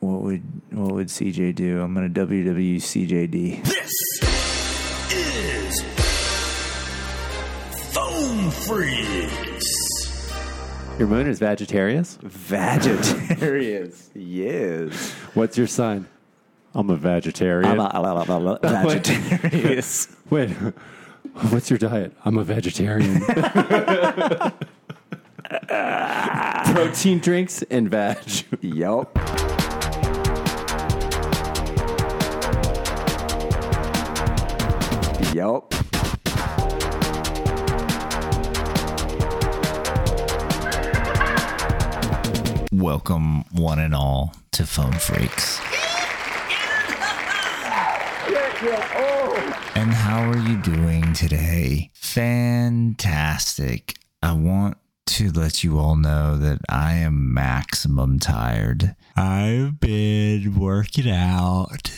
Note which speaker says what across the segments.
Speaker 1: What would what would CJ do? I'm gonna E WWCJD.
Speaker 2: This is Foam Freaks.
Speaker 3: Your moon is Sagittarius.
Speaker 1: Vegetarians. yes.
Speaker 3: What's your sign? I'm a vegetarian.
Speaker 1: I'm a vegetarius.
Speaker 3: Wait, what's your diet? I'm a vegetarian. Protein drinks and veg.
Speaker 1: Yup. Yup.
Speaker 2: Welcome, one and all, to Foam Freaks. And how are you doing today? Fantastic. I want to let you all know that I am maximum tired. I've been working out,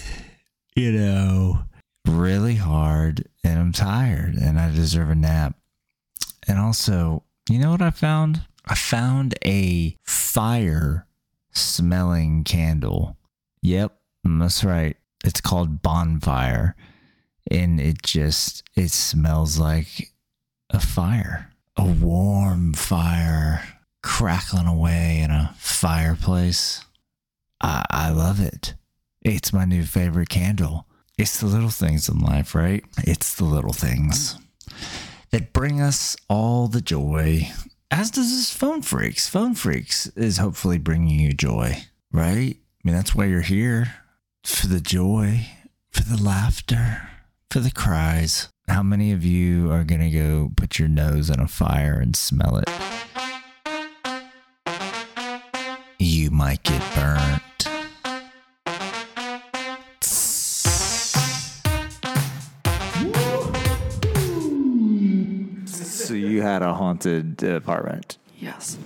Speaker 2: you know, really hard, and I'm tired, and I deserve a nap. And also, you know what I found? I found a fire smelling candle. Yep, that's right. It's called Bonfire. And it just it smells like a fire. A warm fire crackling away in a fireplace. I, I love it. It's my new favorite candle. It's the little things in life, right? It's the little things that bring us all the joy. As does this Phone Freaks. Phone Freaks is hopefully bringing you joy, right? I mean, that's why you're here for the joy, for the laughter, for the cries. How many of you are going to go put your nose in a fire and smell it? You might get burnt.
Speaker 1: So you had a haunted apartment.
Speaker 4: Yes.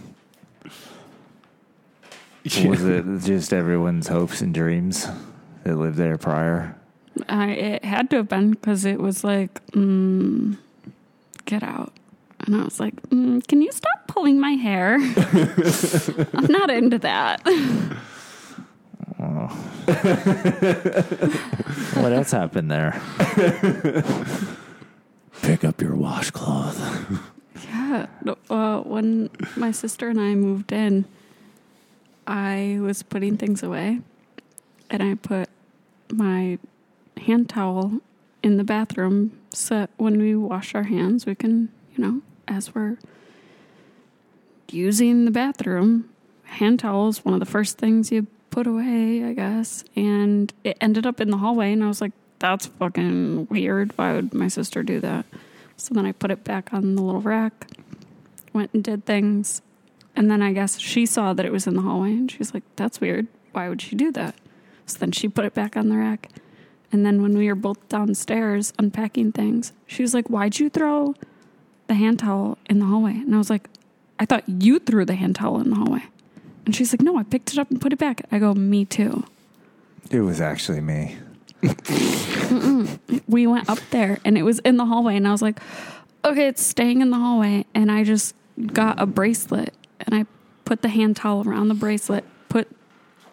Speaker 1: Was it just everyone's hopes and dreams that lived there prior?
Speaker 4: I, it had to have been because it was like, mm, get out. And I was like, mm, can you stop pulling my hair? I'm not into that.
Speaker 1: What else happened there? Pick up your washcloth.
Speaker 4: Yeah. Uh, when my sister and I moved in, I was putting things away and I put my hand towel in the bathroom so that when we wash our hands, we can, you know, as we're using the bathroom, hand towel is one of the first things you put away, I guess. And it ended up in the hallway, and I was like, that's fucking weird. Why would my sister do that? So then I put it back on the little rack, went and did things. And then I guess she saw that it was in the hallway and she's like, that's weird. Why would she do that? So then she put it back on the rack. And then when we were both downstairs unpacking things, she was like, why'd you throw the hand towel in the hallway? And I was like, I thought you threw the hand towel in the hallway. And she's like, no, I picked it up and put it back. I go, me too.
Speaker 1: It was actually me.
Speaker 4: we went up there and it was in the hallway and I was like, okay, it's staying in the hallway and I just got a bracelet and I put the hand towel around the bracelet, put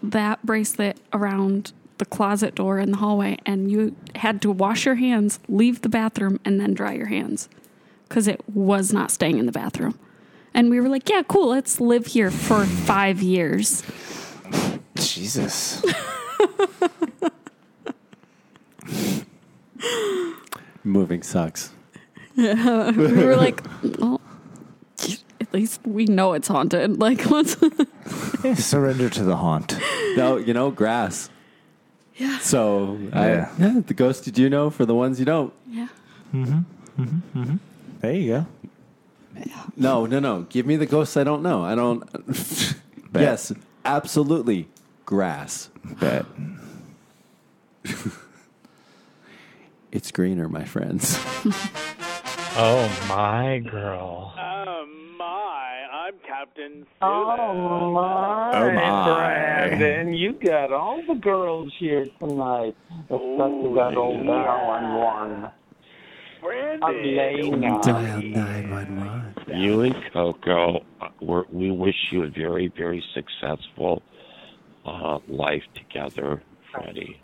Speaker 4: that bracelet around the closet door in the hallway and you had to wash your hands, leave the bathroom and then dry your hands cuz it was not staying in the bathroom. And we were like, yeah, cool, let's live here for 5 years.
Speaker 1: Jesus.
Speaker 3: Moving sucks.
Speaker 4: we were like, well, at least we know it's haunted. Like, let's
Speaker 1: Surrender to the haunt.
Speaker 3: No, you know, grass. Yeah. So, I,
Speaker 1: Yeah.
Speaker 3: yeah, the ghost you do know for the ones you don't.
Speaker 4: Yeah.
Speaker 1: Mm-hmm, There you go.
Speaker 3: No, no, no. Give me the ghosts I don't know. I don't. yes, absolutely. Grass.
Speaker 1: Bet.
Speaker 3: It's greener, my friends.
Speaker 5: Oh my girl.
Speaker 6: Oh my, I'm Captain Sula.
Speaker 5: Oh my,
Speaker 1: Oh, my.
Speaker 5: Brandon, you got all the girls here tonight. Especially that old dial on one. Elena.
Speaker 7: You and Coco, we're, we wish you a very, very successful
Speaker 8: uh, life together, Freddie.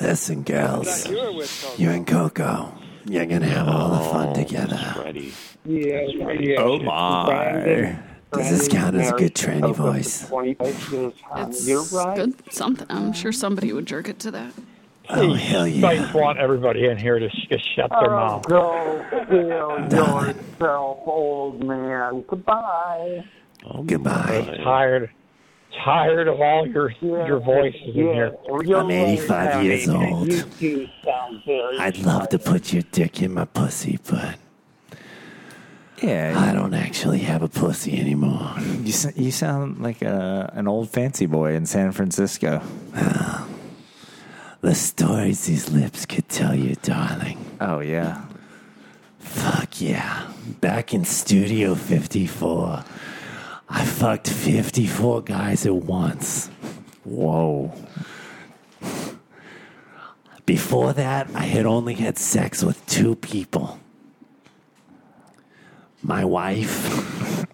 Speaker 1: Listen,
Speaker 9: That
Speaker 1: girls,
Speaker 9: you were with Coco.
Speaker 1: you and Coco, you're gonna have all the fun together.
Speaker 8: Freddie.
Speaker 10: Yeah, yeah.
Speaker 2: Oh my.
Speaker 10: Does
Speaker 1: this count as a good tranny voice?
Speaker 4: It's
Speaker 10: You're right.
Speaker 4: good something. I'm sure somebody would jerk it to that.
Speaker 1: Oh hell yeah!
Speaker 5: Sites want everybody in here to sh- just shut their mouth.
Speaker 10: Go kill yourself, old man. Goodbye.
Speaker 8: Oh
Speaker 1: Goodbye.
Speaker 8: my.
Speaker 5: Tired, tired of all your
Speaker 10: Yeah,
Speaker 5: your voices in
Speaker 10: yeah.
Speaker 5: here.
Speaker 10: You're
Speaker 1: I'm 85
Speaker 10: right,
Speaker 1: years
Speaker 10: honey.
Speaker 1: old.
Speaker 10: You do sound very
Speaker 1: I'd love to put your dick in my pussy, but
Speaker 2: Yeah,
Speaker 1: I don't actually have a pussy anymore.
Speaker 2: you, s- you sound like a, an old fancy boy in San Francisco.
Speaker 1: Ah. The stories these lips could tell you, darling.
Speaker 2: Oh, yeah.
Speaker 1: Fuck yeah! Back in Studio 54, I fucked 54 guys at once.
Speaker 2: Whoa.
Speaker 1: Before that, I had only had sex with two people my wife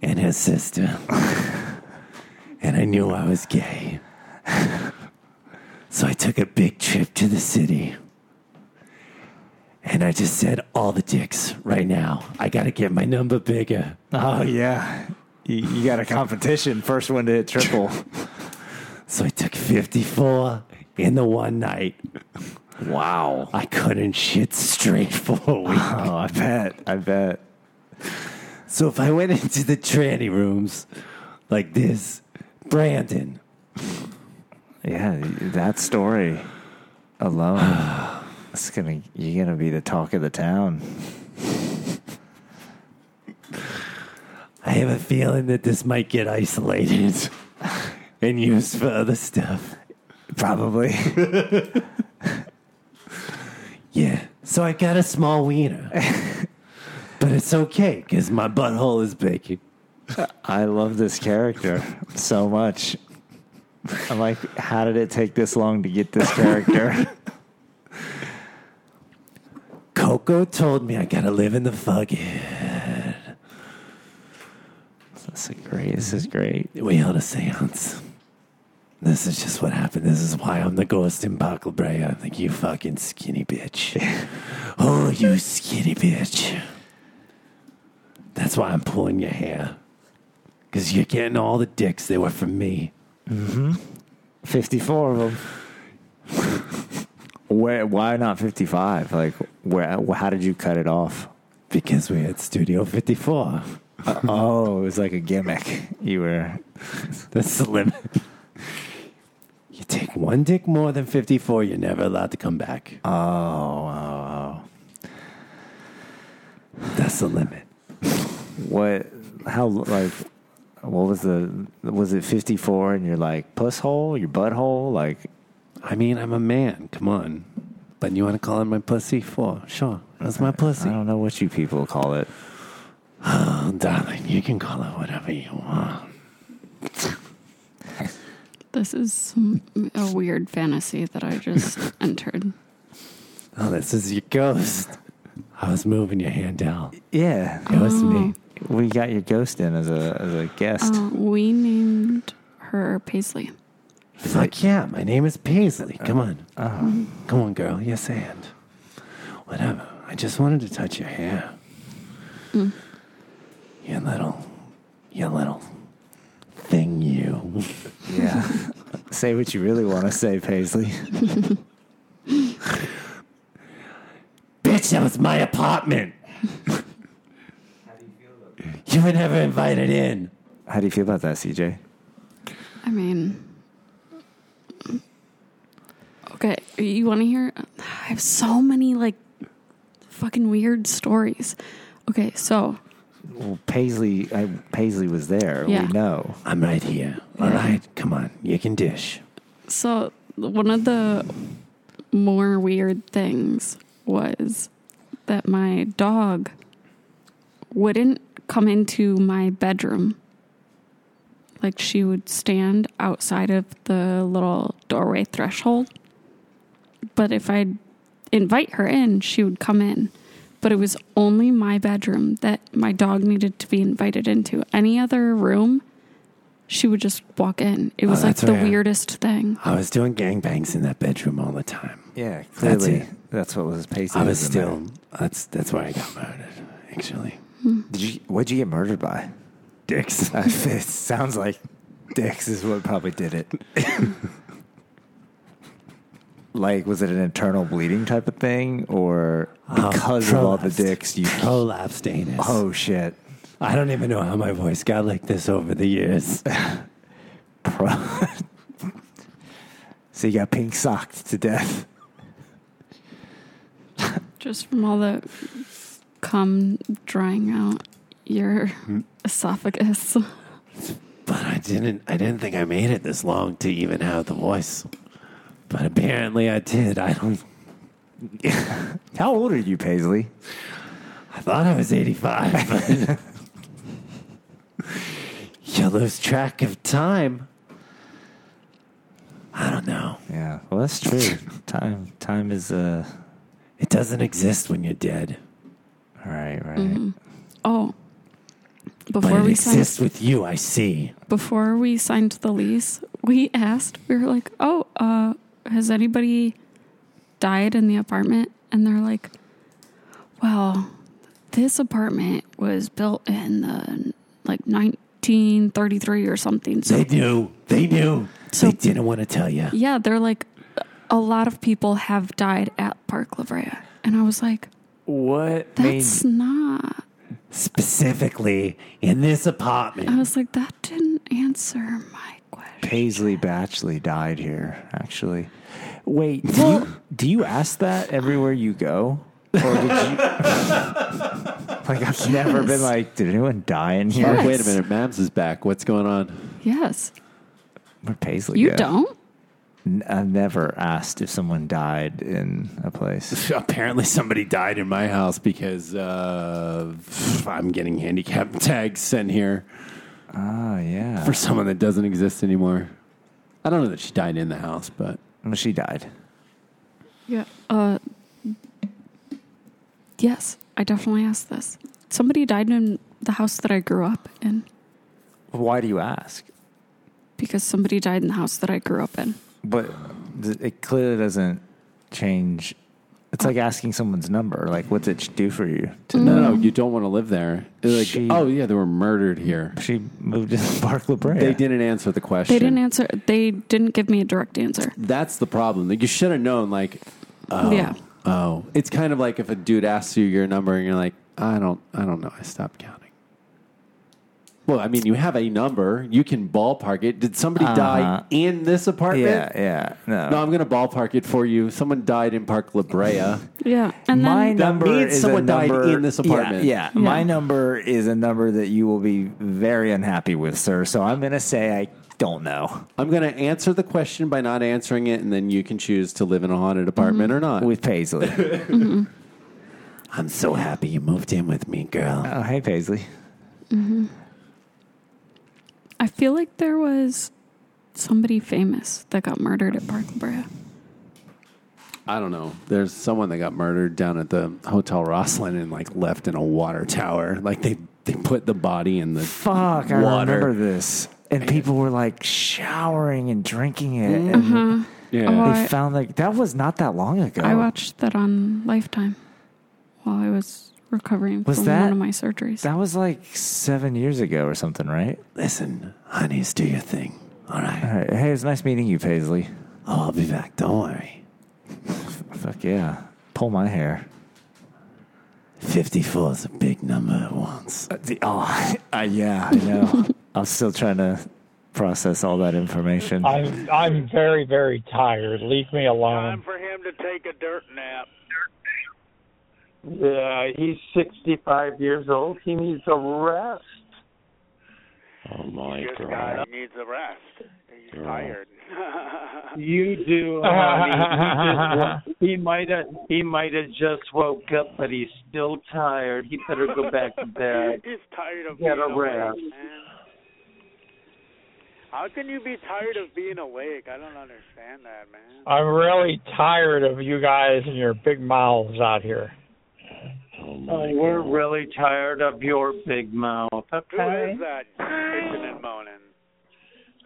Speaker 1: and her sister. and I knew I was gay. so I took a big trip to the city. And I just said, all the dicks right now. I got to get my number bigger.
Speaker 2: Oh, yeah. You, you got a competition. First one to hit triple.
Speaker 1: So I took 54 in the one night.
Speaker 2: wow.
Speaker 1: I couldn't shit straight for a week.
Speaker 2: Oh, I bet. I bet.
Speaker 1: So if I went into the tranny rooms like this, Brandon,
Speaker 2: Yeah, that story alone. It's gonna you're gonna be the talk of the town.
Speaker 1: I have a feeling that this might get isolated and used for other stuff.
Speaker 2: Probably.
Speaker 1: Yeah. So I got a small wiener. but it's okay because my butthole is big.
Speaker 2: I love this character so much. I'm like, how did it take this long to get this character?
Speaker 1: Coco told me I gotta live in the fucking.
Speaker 2: this is great. This is great.
Speaker 1: We held a seance. This is just what happened. This is why I'm the ghost in Buckle Bray. I'm like, you fucking skinny bitch. oh, you skinny bitch. That's why I'm pulling your hair. Because you're getting all the dicks that were from me.
Speaker 2: 54 of them. Where, why not 55? Like, where, how did you cut it off?
Speaker 1: Because we had Studio 54.
Speaker 2: oh, it was like a gimmick. You were.
Speaker 1: That's the limit. you take one dick more than 54, you're never allowed to come back.
Speaker 2: Oh, oh,
Speaker 1: That's the limit.
Speaker 2: oh. What, how, like, what was the, was it 54 and you're like, puss hole, your butthole? Like,
Speaker 1: I mean, I'm a man. Come on. But you want to call it my pussy? For sure. That's my
Speaker 2: I
Speaker 1: pussy.
Speaker 2: don't know what you people call it.
Speaker 1: Oh, darling, you can call it whatever you want.
Speaker 4: This is some, a weird fantasy that I just entered.
Speaker 1: Oh, this is your ghost. I was moving your hand down.
Speaker 2: Yeah.
Speaker 1: It was me.
Speaker 2: We got your ghost in as a as a guest.
Speaker 4: Uh, we named her Paisley.
Speaker 1: Fuck yeah, my name is Paisley. Come on. Come on, girl. Yes, and. Whatever. I just wanted to touch your hair. Your little, your little thing you.
Speaker 2: Yeah. say what you really want to say, Paisley.
Speaker 1: Bitch, that was my apartment. you were never invited in.
Speaker 2: How do you feel about that, CJ?
Speaker 4: I mean, okay, you want to hear? I have so many like fucking weird stories. Okay, so
Speaker 2: Well, Paisley, I, Paisley was there.
Speaker 4: Yeah.
Speaker 2: We know.
Speaker 1: I'm right here. All right, come on. You can dish.
Speaker 4: so one of the more weird things was that my dog wouldn't come into my bedroom. Like she would stand outside of the little doorway threshold. But if I'd invite her in, she would come in. But it was only my bedroom that my dog needed to be invited into. Any other room, She would just walk in. It was like
Speaker 2: that's
Speaker 4: the
Speaker 2: right.
Speaker 4: weirdest thing.
Speaker 1: I was doing gangbangs in that bedroom all the time.
Speaker 2: Yeah,
Speaker 1: That's
Speaker 2: clearly
Speaker 1: it.
Speaker 2: that's, what was pacing.
Speaker 1: I was
Speaker 2: in there.
Speaker 1: still. That's that's where I got murdered. Actually,
Speaker 2: Did you? What'd you get murdered by? Dicks. it sounds like dicks is what probably did it. like, was it an internal bleeding type of thing, or because of all the
Speaker 1: Um, prolapsed.
Speaker 2: dicks you?
Speaker 1: collapsed anus.
Speaker 2: Oh shit!
Speaker 1: I don't even know how my voice got like this over the years.
Speaker 2: Pro- so you got pink socked to death.
Speaker 4: Just from all the cum drying out your
Speaker 1: Hmm.
Speaker 4: esophagus.
Speaker 1: But I didn't. I didn't think I made it this long to even have the voice. But apparently, I did. I don't.
Speaker 2: How old are you, Paisley?
Speaker 1: I thought I was eighty-five. But you lose track of time. I don't know.
Speaker 2: Yeah, well, that's true. time, time is uh.
Speaker 1: It doesn't exist when you're dead,
Speaker 2: Right, right.
Speaker 4: Oh,
Speaker 1: but
Speaker 4: before
Speaker 1: it
Speaker 4: we signed,
Speaker 1: exists with you. I see.
Speaker 4: before we signed the lease, we asked. We were like, "Oh, uh, has anybody died in the apartment?" And they're like, "Well, this apartment was built in the like 1933 or something." So
Speaker 1: They knew. They knew.
Speaker 4: So-
Speaker 1: they didn't want to tell you.
Speaker 4: Yeah, they're like, a lot of people have died at Park La Brea. And I was like,
Speaker 2: What made
Speaker 4: that's not.
Speaker 1: Specifically in this apartment.
Speaker 4: I was like, that didn't answer my question.
Speaker 2: Paisley Batchley died here? Actually, wait. Do you, do you ask that everywhere you go, or did you? like I've never
Speaker 4: Yes.
Speaker 2: been like, did anyone die in here?
Speaker 4: Yes.
Speaker 2: Wait,
Speaker 1: Wait a minute, Mams is back. What's going on?
Speaker 4: Yes.
Speaker 2: where Paisley?
Speaker 4: You
Speaker 2: go?
Speaker 4: don't?
Speaker 2: N- I've never asked if someone died in a place.
Speaker 1: Apparently, somebody died in my house because uh, I'm getting handicap tags sent here
Speaker 2: Oh yeah,
Speaker 1: for someone that doesn't exist anymore. I don't know that she died in the house, but
Speaker 2: Well, she died.
Speaker 4: Yeah. Uh, yes, I definitely asked this. Somebody died in the house that I grew up in
Speaker 2: Why do you ask?
Speaker 4: because somebody died in the house that I grew up in.
Speaker 2: But th- it clearly doesn't change. It's like asking someone's number. Like, what's it do for you to know?
Speaker 3: No, no, you don't want to live there. They're like,
Speaker 2: She-
Speaker 3: oh yeah, they were murdered here.
Speaker 2: She moved to Park La Brea.
Speaker 3: They didn't answer the question.
Speaker 4: They didn't answer, they didn't give me a direct answer.
Speaker 3: That's the problem. Like you should have known. Like,
Speaker 4: Yeah.
Speaker 3: oh, it's kind of like if a dude asks you your number and you're like, I don't, I don't know. I stopped counting. Well, I mean, you have a number. You can ballpark it. Did somebody
Speaker 2: Uh-huh.
Speaker 3: die in this apartment?
Speaker 2: Yeah, yeah. No.
Speaker 3: No, I'm going to ballpark it for you. Someone died in Park La Brea.
Speaker 4: Yeah. And
Speaker 2: my
Speaker 4: then,
Speaker 2: number
Speaker 3: means
Speaker 2: is
Speaker 3: someone
Speaker 2: a
Speaker 3: died
Speaker 2: number,
Speaker 3: in this apartment.
Speaker 2: Yeah, yeah.
Speaker 4: Yeah.
Speaker 2: my number is a number that you will be very unhappy with, sir. So I'm going to say I don't know
Speaker 3: I'm going to answer the question by not answering it, and then you can choose to live in a haunted apartment or not.
Speaker 2: Mm-hmm. with Paisley.
Speaker 1: I'm so happy you moved in with me, girl.
Speaker 2: oh, hey Paisley.
Speaker 4: Mm-hmm. I feel like there was somebody famous that got murdered at Park La Brea.
Speaker 3: I don't know. There's someone that got murdered down at the Hotel Rosslyn and like left in a water tower. Like they they put the body in the
Speaker 2: Fuck, I
Speaker 3: Water.
Speaker 2: remember this. And people were like showering and drinking it, and
Speaker 3: yeah.
Speaker 4: Oh,
Speaker 2: they
Speaker 4: I,
Speaker 2: found like that was not that long ago.
Speaker 4: I watched that on Lifetime while I was recovering
Speaker 2: Was
Speaker 4: from
Speaker 2: that-
Speaker 4: one of my surgeries.
Speaker 2: that was like seven years ago or something, right?
Speaker 1: Listen, honeys, do your thing. All right.
Speaker 2: All right. Hey, it was nice meeting you, Paisley.
Speaker 1: Oh, I'll be back. Don't worry.
Speaker 2: Fuck yeah, pull my hair.
Speaker 1: 54 is a big number at once.
Speaker 2: Uh, the- oh, uh, yeah, I know. I'm still trying to process all that information.
Speaker 5: I'm I'm very very tired. Leave me
Speaker 9: Time
Speaker 5: alone.
Speaker 9: for him to take a dirt nap.
Speaker 10: Yeah, he's 65 years old. He needs a rest.
Speaker 8: Oh my
Speaker 9: This
Speaker 8: god.
Speaker 9: guy needs a rest. He's
Speaker 8: Girl.
Speaker 9: tired.
Speaker 10: You do. honey. he might have. He might have just woke up, but he's still tired. He better go back to bed.
Speaker 9: He's tired of
Speaker 10: Get
Speaker 9: being
Speaker 10: a
Speaker 9: awake,
Speaker 10: rest.
Speaker 9: man. How can you be tired of being awake? I don't understand that, man.
Speaker 5: I'm really tired of you guys and your big mouths out here.
Speaker 8: Oh
Speaker 10: Oh,
Speaker 8: my
Speaker 10: we're
Speaker 8: god.
Speaker 10: really tired of your big mouth.
Speaker 9: Who is
Speaker 10: Okay.
Speaker 9: that bitching and moaning?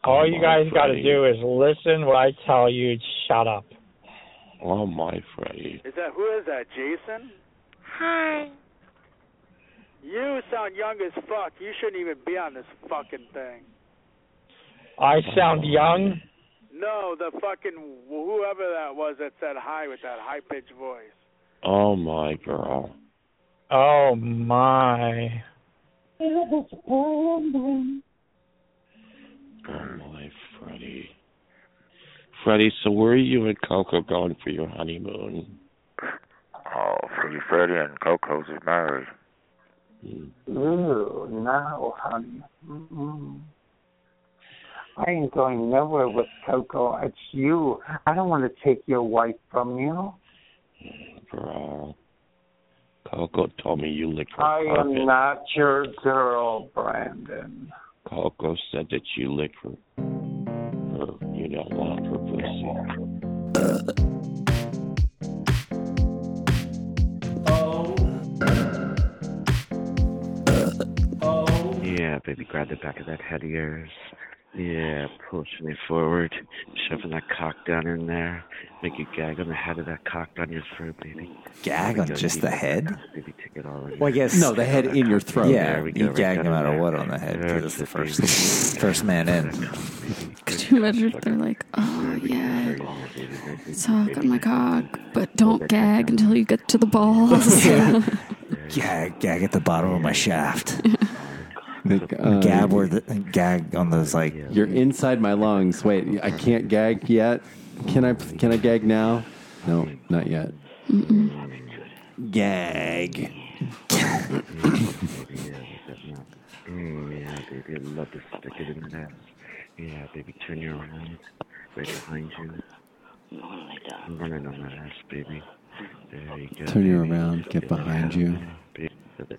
Speaker 5: All
Speaker 8: Oh,
Speaker 5: you
Speaker 8: my
Speaker 5: guys got to
Speaker 8: Freddy.
Speaker 5: do is listen what I tell you. and Shut up.
Speaker 8: Oh my Freddy.
Speaker 9: Is that who is that? Jason?
Speaker 11: Hi.
Speaker 9: You sound young as fuck. You shouldn't even be on this fucking thing.
Speaker 5: I sound young.
Speaker 9: No, the fucking whoever that was that said hi with that high pitched voice.
Speaker 8: Oh my girl.
Speaker 5: Oh my.
Speaker 8: Oh my Freddy. Freddy, so where are you and Coco going for your honeymoon?
Speaker 12: Oh, Freddie Freddy and Coco's is married.
Speaker 5: Ooh, no, honey. Mm-mm. I ain't going nowhere with Coco. It's you. I don't want to take your wife from you.
Speaker 8: Girl. Coco told me you licked her
Speaker 5: I
Speaker 8: carpet.
Speaker 5: am not your girl, Brandon.
Speaker 8: Coco said that you licked her. her you don't want her pussy.
Speaker 7: Yeah, baby, grab the back of that head of yours. Yeah, pushing it forward, shoving that cock down in there. Make you gag on the head of that cock down your throat, baby.
Speaker 2: Gag on
Speaker 7: Go
Speaker 2: just
Speaker 7: deep.
Speaker 2: the head?
Speaker 7: Baby, take it all in
Speaker 2: Well, I
Speaker 7: there.
Speaker 2: guess
Speaker 7: Take it all in.
Speaker 2: Yeah,
Speaker 7: There we go,
Speaker 2: you
Speaker 7: right
Speaker 2: gag
Speaker 7: down
Speaker 2: no
Speaker 7: in
Speaker 2: matter
Speaker 7: there.
Speaker 2: what on the head because it's the first first man in.
Speaker 4: Could you imagine if they're like, oh yeah, suck on my cock, but don't gag until you get to the balls.
Speaker 2: Yeah. gag, gag at the bottom of my shaft.
Speaker 3: uh,
Speaker 2: gag where the gag on those like
Speaker 3: You're inside my lungs. Wait, I can't gag yet. Can I? Can I gag now? No, not yet. Gag.
Speaker 7: Mm, yeah, baby, I love to stick it in that. Yeah, baby, turn you around, right behind you. Running on that ass, baby. There you go.
Speaker 3: Turn you
Speaker 7: baby.
Speaker 3: around. Get behind you.
Speaker 7: Baby, that's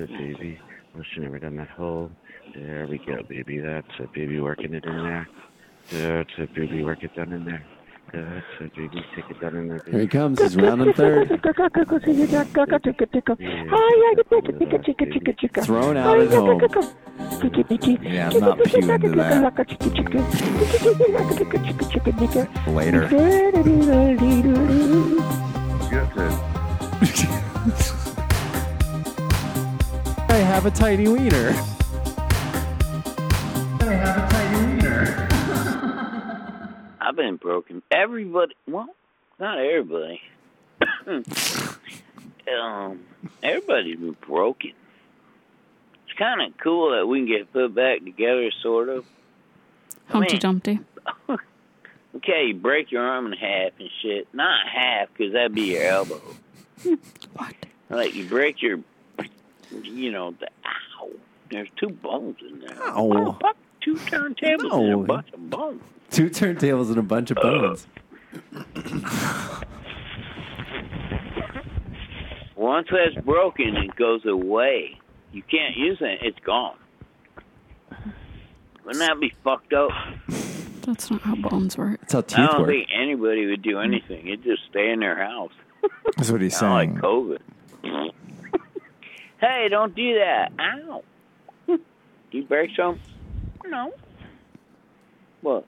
Speaker 7: it, baby. Pushing it right down that hole. There we go, baby. That's it, baby. Working it in there. That's it, baby. Work it down in there. That's it, baby. Take it down in there. Baby.
Speaker 3: Here he comes. He's rounding third. Thrown out at home.
Speaker 2: Yeah, I'm not pew into that. Later.
Speaker 3: I have a tiny wiener.
Speaker 13: I've been broken. Everybody, well, not everybody. um, everybody's been broken. It's kind of cool that we can get put back together, sort of.
Speaker 4: Humpty Dumpty.
Speaker 13: Okay, you break your arm in half and shit. Not half, because that'd be your elbow. What? Like you break your, you know, the ow. There's two bones in there.
Speaker 3: Ow.
Speaker 13: fuck, two turntables and a
Speaker 3: No.
Speaker 13: bunch of bones.
Speaker 3: Two turntables and a bunch of bones.
Speaker 13: Once that's broken, it goes away. You can't use it; it's gone. Wouldn't that be fucked up?
Speaker 4: That's not how bones work.
Speaker 3: That's how
Speaker 13: I don't think anybody would do anything. It'd just stay in their house.
Speaker 2: That's what he's
Speaker 13: Not like
Speaker 2: saying.
Speaker 13: COVID. hey, don't do that. Ow. Do you break some? No. What?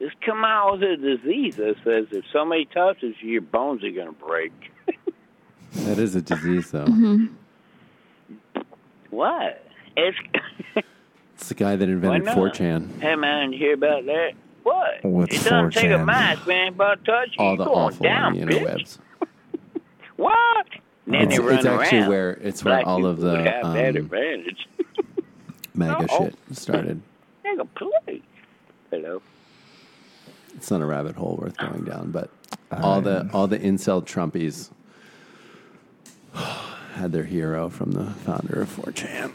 Speaker 13: Just come out with a disease that says if somebody touches you, your bones are going to break.
Speaker 3: That is a disease, though.
Speaker 13: What? It's
Speaker 3: It's the guy that
Speaker 13: Why
Speaker 3: invented
Speaker 13: not?
Speaker 3: 4chan.
Speaker 13: Hey man, you hear about that? What?
Speaker 3: What's
Speaker 13: it doesn't take a
Speaker 3: 4chan?
Speaker 13: mouse, man, but touch you.
Speaker 3: All the
Speaker 13: You're going
Speaker 3: awful
Speaker 13: down,
Speaker 3: on the
Speaker 13: bitch.
Speaker 3: interwebs.
Speaker 13: What? And then
Speaker 3: It's,
Speaker 13: they run
Speaker 3: it's actually
Speaker 13: around.
Speaker 3: where it's where
Speaker 13: Black
Speaker 3: all of
Speaker 13: people
Speaker 3: the
Speaker 13: have Oh. that
Speaker 3: um,
Speaker 13: advantage.
Speaker 3: mega
Speaker 13: Uh-oh.
Speaker 3: shit started.
Speaker 13: Nigga, play. Hello.
Speaker 3: It's not a rabbit hole worth going down, but all the all the incel Trumpies had their hero from the founder of 4chan.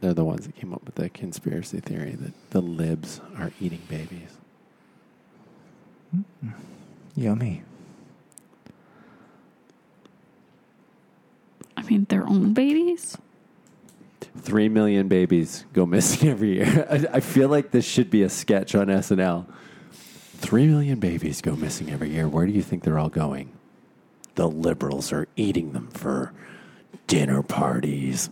Speaker 3: They're the ones that came up with the conspiracy theory that the libs are eating babies.
Speaker 2: Yummy.
Speaker 4: I mean, their own babies.
Speaker 3: Three million babies go missing every year. I, I feel like this should be a sketch on SNL. Three million babies go missing every year. Where do you think they're all going? The liberals are eating them for
Speaker 1: dinner parties.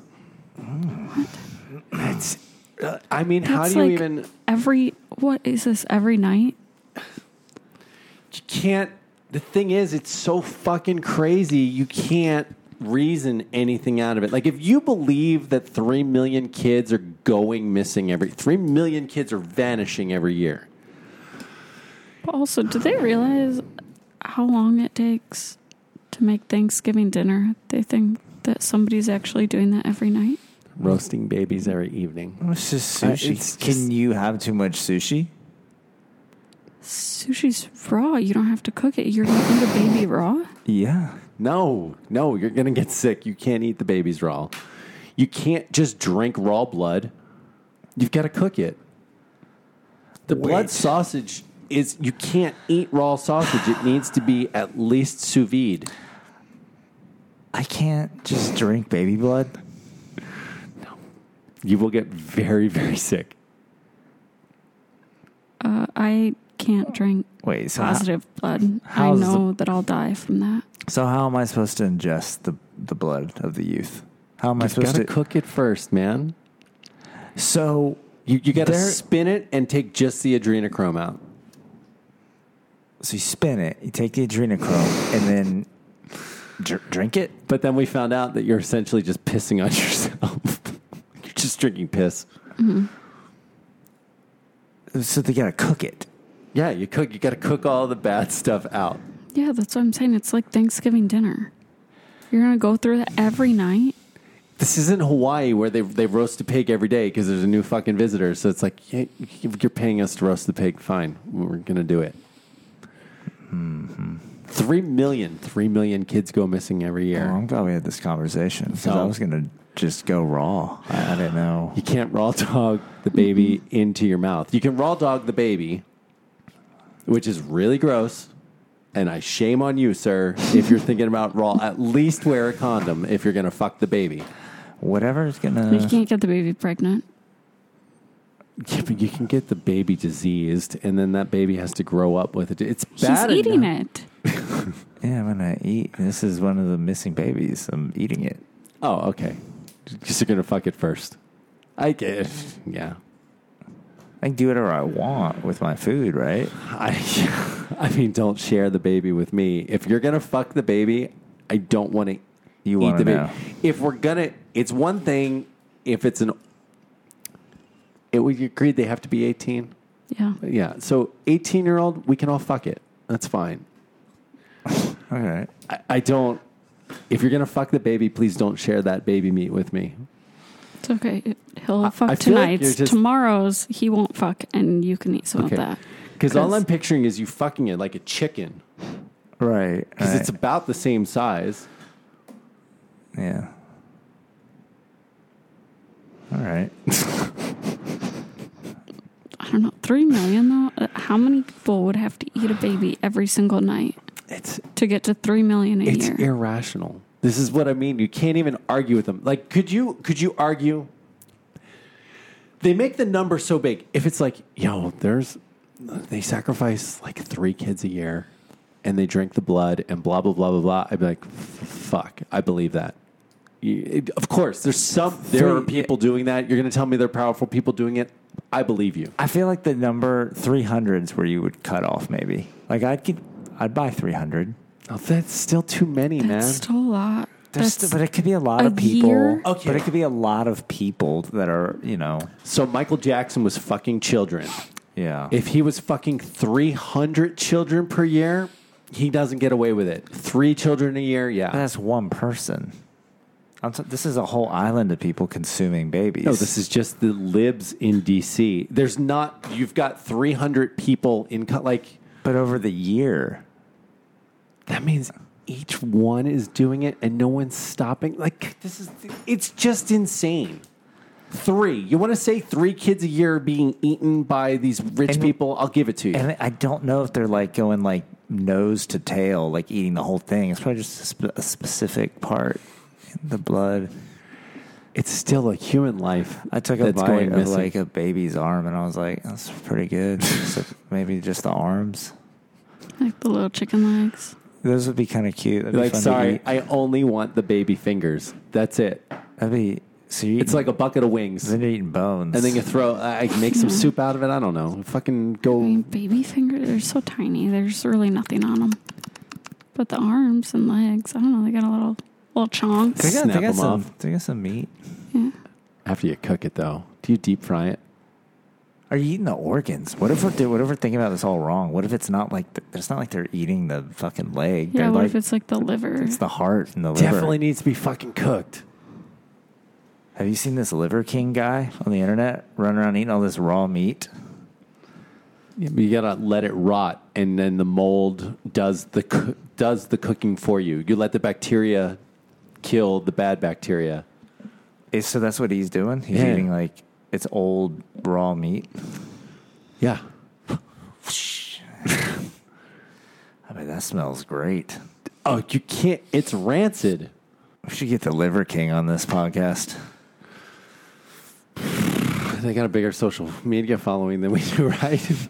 Speaker 1: That's. uh, I mean, how
Speaker 4: That's
Speaker 3: do you
Speaker 4: like
Speaker 3: even-
Speaker 4: every what is this every night?
Speaker 3: you can't the thing is it's so fucking crazy you can't reason anything out of it like if you believe that 3 million kids are going missing every 3 million kids are vanishing every year
Speaker 4: But also, do they realize how long it takes to make Thanksgiving dinner? They think that somebody's actually doing that every night.
Speaker 3: roasting babies every evening
Speaker 2: It's just
Speaker 3: Uh,
Speaker 2: sushi.
Speaker 3: it's
Speaker 2: Can you have too much sushi?
Speaker 4: Sushi's raw. You don't have to cook it. You're gonna eat a baby raw.
Speaker 3: yeah no no you're gonna get sick you can't eat the babies raw you can't just drink raw blood you've got to cook it the blood sausage is you can't eat raw sausage it needs to be at least sous vide
Speaker 2: I can't just drink baby blood.
Speaker 3: You will get very, very sick.
Speaker 4: Uh, I can't drink
Speaker 2: Wait, so how-
Speaker 4: positive blood. I
Speaker 2: how's the-
Speaker 4: know that I'll die from that.
Speaker 2: So how am I supposed to ingest the the blood of the youth? How am I
Speaker 3: You've
Speaker 2: supposed
Speaker 3: gotta
Speaker 2: to
Speaker 3: cook it first, man?
Speaker 2: So
Speaker 3: you you got to
Speaker 2: There-
Speaker 3: spin it and take just the adrenochrome out.
Speaker 2: So you spin it, you take the adrenochrome, Um, and then dr- drink it.
Speaker 3: But then we found out that you're essentially just pissing on yourself. you're just drinking piss.
Speaker 4: Mm-hmm.
Speaker 2: So they got to cook it.
Speaker 3: Yeah, you cook. You got to cook all the bad stuff out.
Speaker 4: Yeah, that's what I'm saying. It's like Thanksgiving dinner. You're gonna go through that every night.
Speaker 3: This isn't Hawaii where they they roast a pig every day because there's a new fucking visitor. So it's like yeah, if you're paying us to roast the pig. Fine, we're gonna do it.
Speaker 2: Mm-hmm.
Speaker 3: Three million, three million kids go missing every year.
Speaker 2: Well, Oh, I'm glad we had this conversation because I
Speaker 3: No.
Speaker 2: was gonna just go raw. I, I didn't know.
Speaker 3: You can't raw dog the baby into your mouth. You can raw dog the baby, which is really gross. And I shame on you, sir, if you're thinking about raw. At least wear a condom if you're going to fuck the baby.
Speaker 2: Whatever's going
Speaker 4: you can't get the baby pregnant.
Speaker 3: Yeah, but you can get the baby diseased, and then that baby has to grow up with it. It's
Speaker 4: He's
Speaker 3: bad.
Speaker 4: eating
Speaker 3: enough-
Speaker 4: it.
Speaker 2: Yeah, I'm gonna eat. This is one of the missing babies. I'm eating it.
Speaker 3: Oh, okay. Because you're going to fuck it first. I get it. Yeah.
Speaker 2: I can do whatever I want with my food, right?
Speaker 3: I, I mean, don't share the baby with me. If you're gonna fuck the baby, I don't want to eat
Speaker 2: You wanna
Speaker 3: the baby.
Speaker 2: know.
Speaker 3: If we're gonna, it's one thing. If it's an, it we agreed they have to be eighteen.
Speaker 4: Yeah.
Speaker 3: Yeah, so eighteen year old, we can all fuck it. That's fine.
Speaker 2: all right.
Speaker 3: I, I don't. If you're gonna fuck the baby, please don't share that baby meat with me.
Speaker 4: It's okay. He'll fuck
Speaker 3: I feel like
Speaker 4: tonight's.
Speaker 3: you're just-
Speaker 4: Tomorrow's he won't fuck, and you can eat some
Speaker 3: Okay.
Speaker 4: of that.
Speaker 3: Because all I'm picturing is you fucking it like a chicken.
Speaker 2: Right.
Speaker 3: Because it's about the same size.
Speaker 2: Yeah. All right.
Speaker 4: I don't know. Three million though. Uh, How many people would have to eat a baby every single night?
Speaker 3: It's
Speaker 4: to get to three million a
Speaker 3: It's
Speaker 4: year.
Speaker 3: irrational. This is what I mean. You can't even argue with them. Like, could you could you argue? They make the number so big. If it's like, yo, there's they sacrifice like three kids a year and they drink the blood and blah blah blah blah blah. I'd be like, fuck, I believe that. You- it- of course, there's some there are people doing that. You're gonna tell me they're powerful people doing it. I believe you.
Speaker 2: I feel like the number 300s where you would cut off maybe. Like I'd get, I'd buy 300.
Speaker 3: Oh, that's still too many, man.
Speaker 4: That's still a lot.
Speaker 2: There's
Speaker 4: That's-
Speaker 2: st- but it could be a lot
Speaker 4: a
Speaker 2: of people.
Speaker 4: year?
Speaker 2: Okay. But it could be a lot of people that are, you know.
Speaker 3: So Michael Jackson was fucking children.
Speaker 2: Yeah.
Speaker 3: If he was fucking 300 children per year, he doesn't get away with it. Three children a year, yeah.
Speaker 2: That's one person. I'm t- this is a whole island of people consuming babies.
Speaker 3: No, this is just the libs in DC. There's not, you've got 300 people in, co- like.
Speaker 2: But over the year.
Speaker 3: That means each one is doing it and no one's stopping. Like, this is, it's just insane. Three. You want to say three kids a year are being eaten by these rich people? I'll give it to you.
Speaker 2: And I don't know if they're like going like nose to tail, like eating the whole thing. It's probably just a, sp- a specific part, the blood.
Speaker 3: It's still a human life.
Speaker 2: I took a
Speaker 3: that's
Speaker 2: bite
Speaker 3: going
Speaker 2: of
Speaker 3: missing.
Speaker 2: like a baby's arm, and I was like, "That's pretty good." so maybe just the arms.
Speaker 4: Like the little chicken legs.
Speaker 2: Those would be kind of cute. That'd be
Speaker 3: like,
Speaker 2: fun to
Speaker 3: sorry,
Speaker 2: eat.
Speaker 3: I only want the baby fingers. That's it.
Speaker 2: That'd be so. You're
Speaker 3: it's like a bucket of wings. Then
Speaker 2: you're eating bones,
Speaker 3: and then you throw. I I make some
Speaker 4: Yeah.
Speaker 3: soup out of it. I don't know. Fucking go.
Speaker 4: Baby fingers, they're so tiny. There's really nothing on them. But the arms and legs, I don't know. They got a little little chonk.
Speaker 2: They got, they
Speaker 3: Snap
Speaker 2: got
Speaker 3: 'em
Speaker 2: some.
Speaker 3: off.
Speaker 2: They got some meat.
Speaker 3: After you cook it, though, do you deep fry it?
Speaker 2: Are you eating the organs? What if we're dude, what if we're thinking about this all wrong? What if it's not like th- it's not like they're eating the fucking leg.
Speaker 4: Yeah,
Speaker 2: they're
Speaker 4: what
Speaker 2: like
Speaker 4: if it's like the liver?
Speaker 2: it's the heart and the liver.
Speaker 3: Definitely needs to be fucking cooked.
Speaker 2: Have you seen this Liver King guy on the internet running around eating all this raw meat?
Speaker 3: Yeah, but you gotta let it rot, and then the mold does the coo- does the cooking for you. You let the bacteria kill the bad bacteria.
Speaker 2: Is- So that's what he's doing. He's
Speaker 3: Yeah.
Speaker 2: eating like it's old raw meat.
Speaker 3: Yeah.
Speaker 2: I mean that smells great.
Speaker 3: Oh, you can't. It's rancid.
Speaker 2: We should get the Liver King on this podcast.
Speaker 3: They got a bigger social media following than we do, right?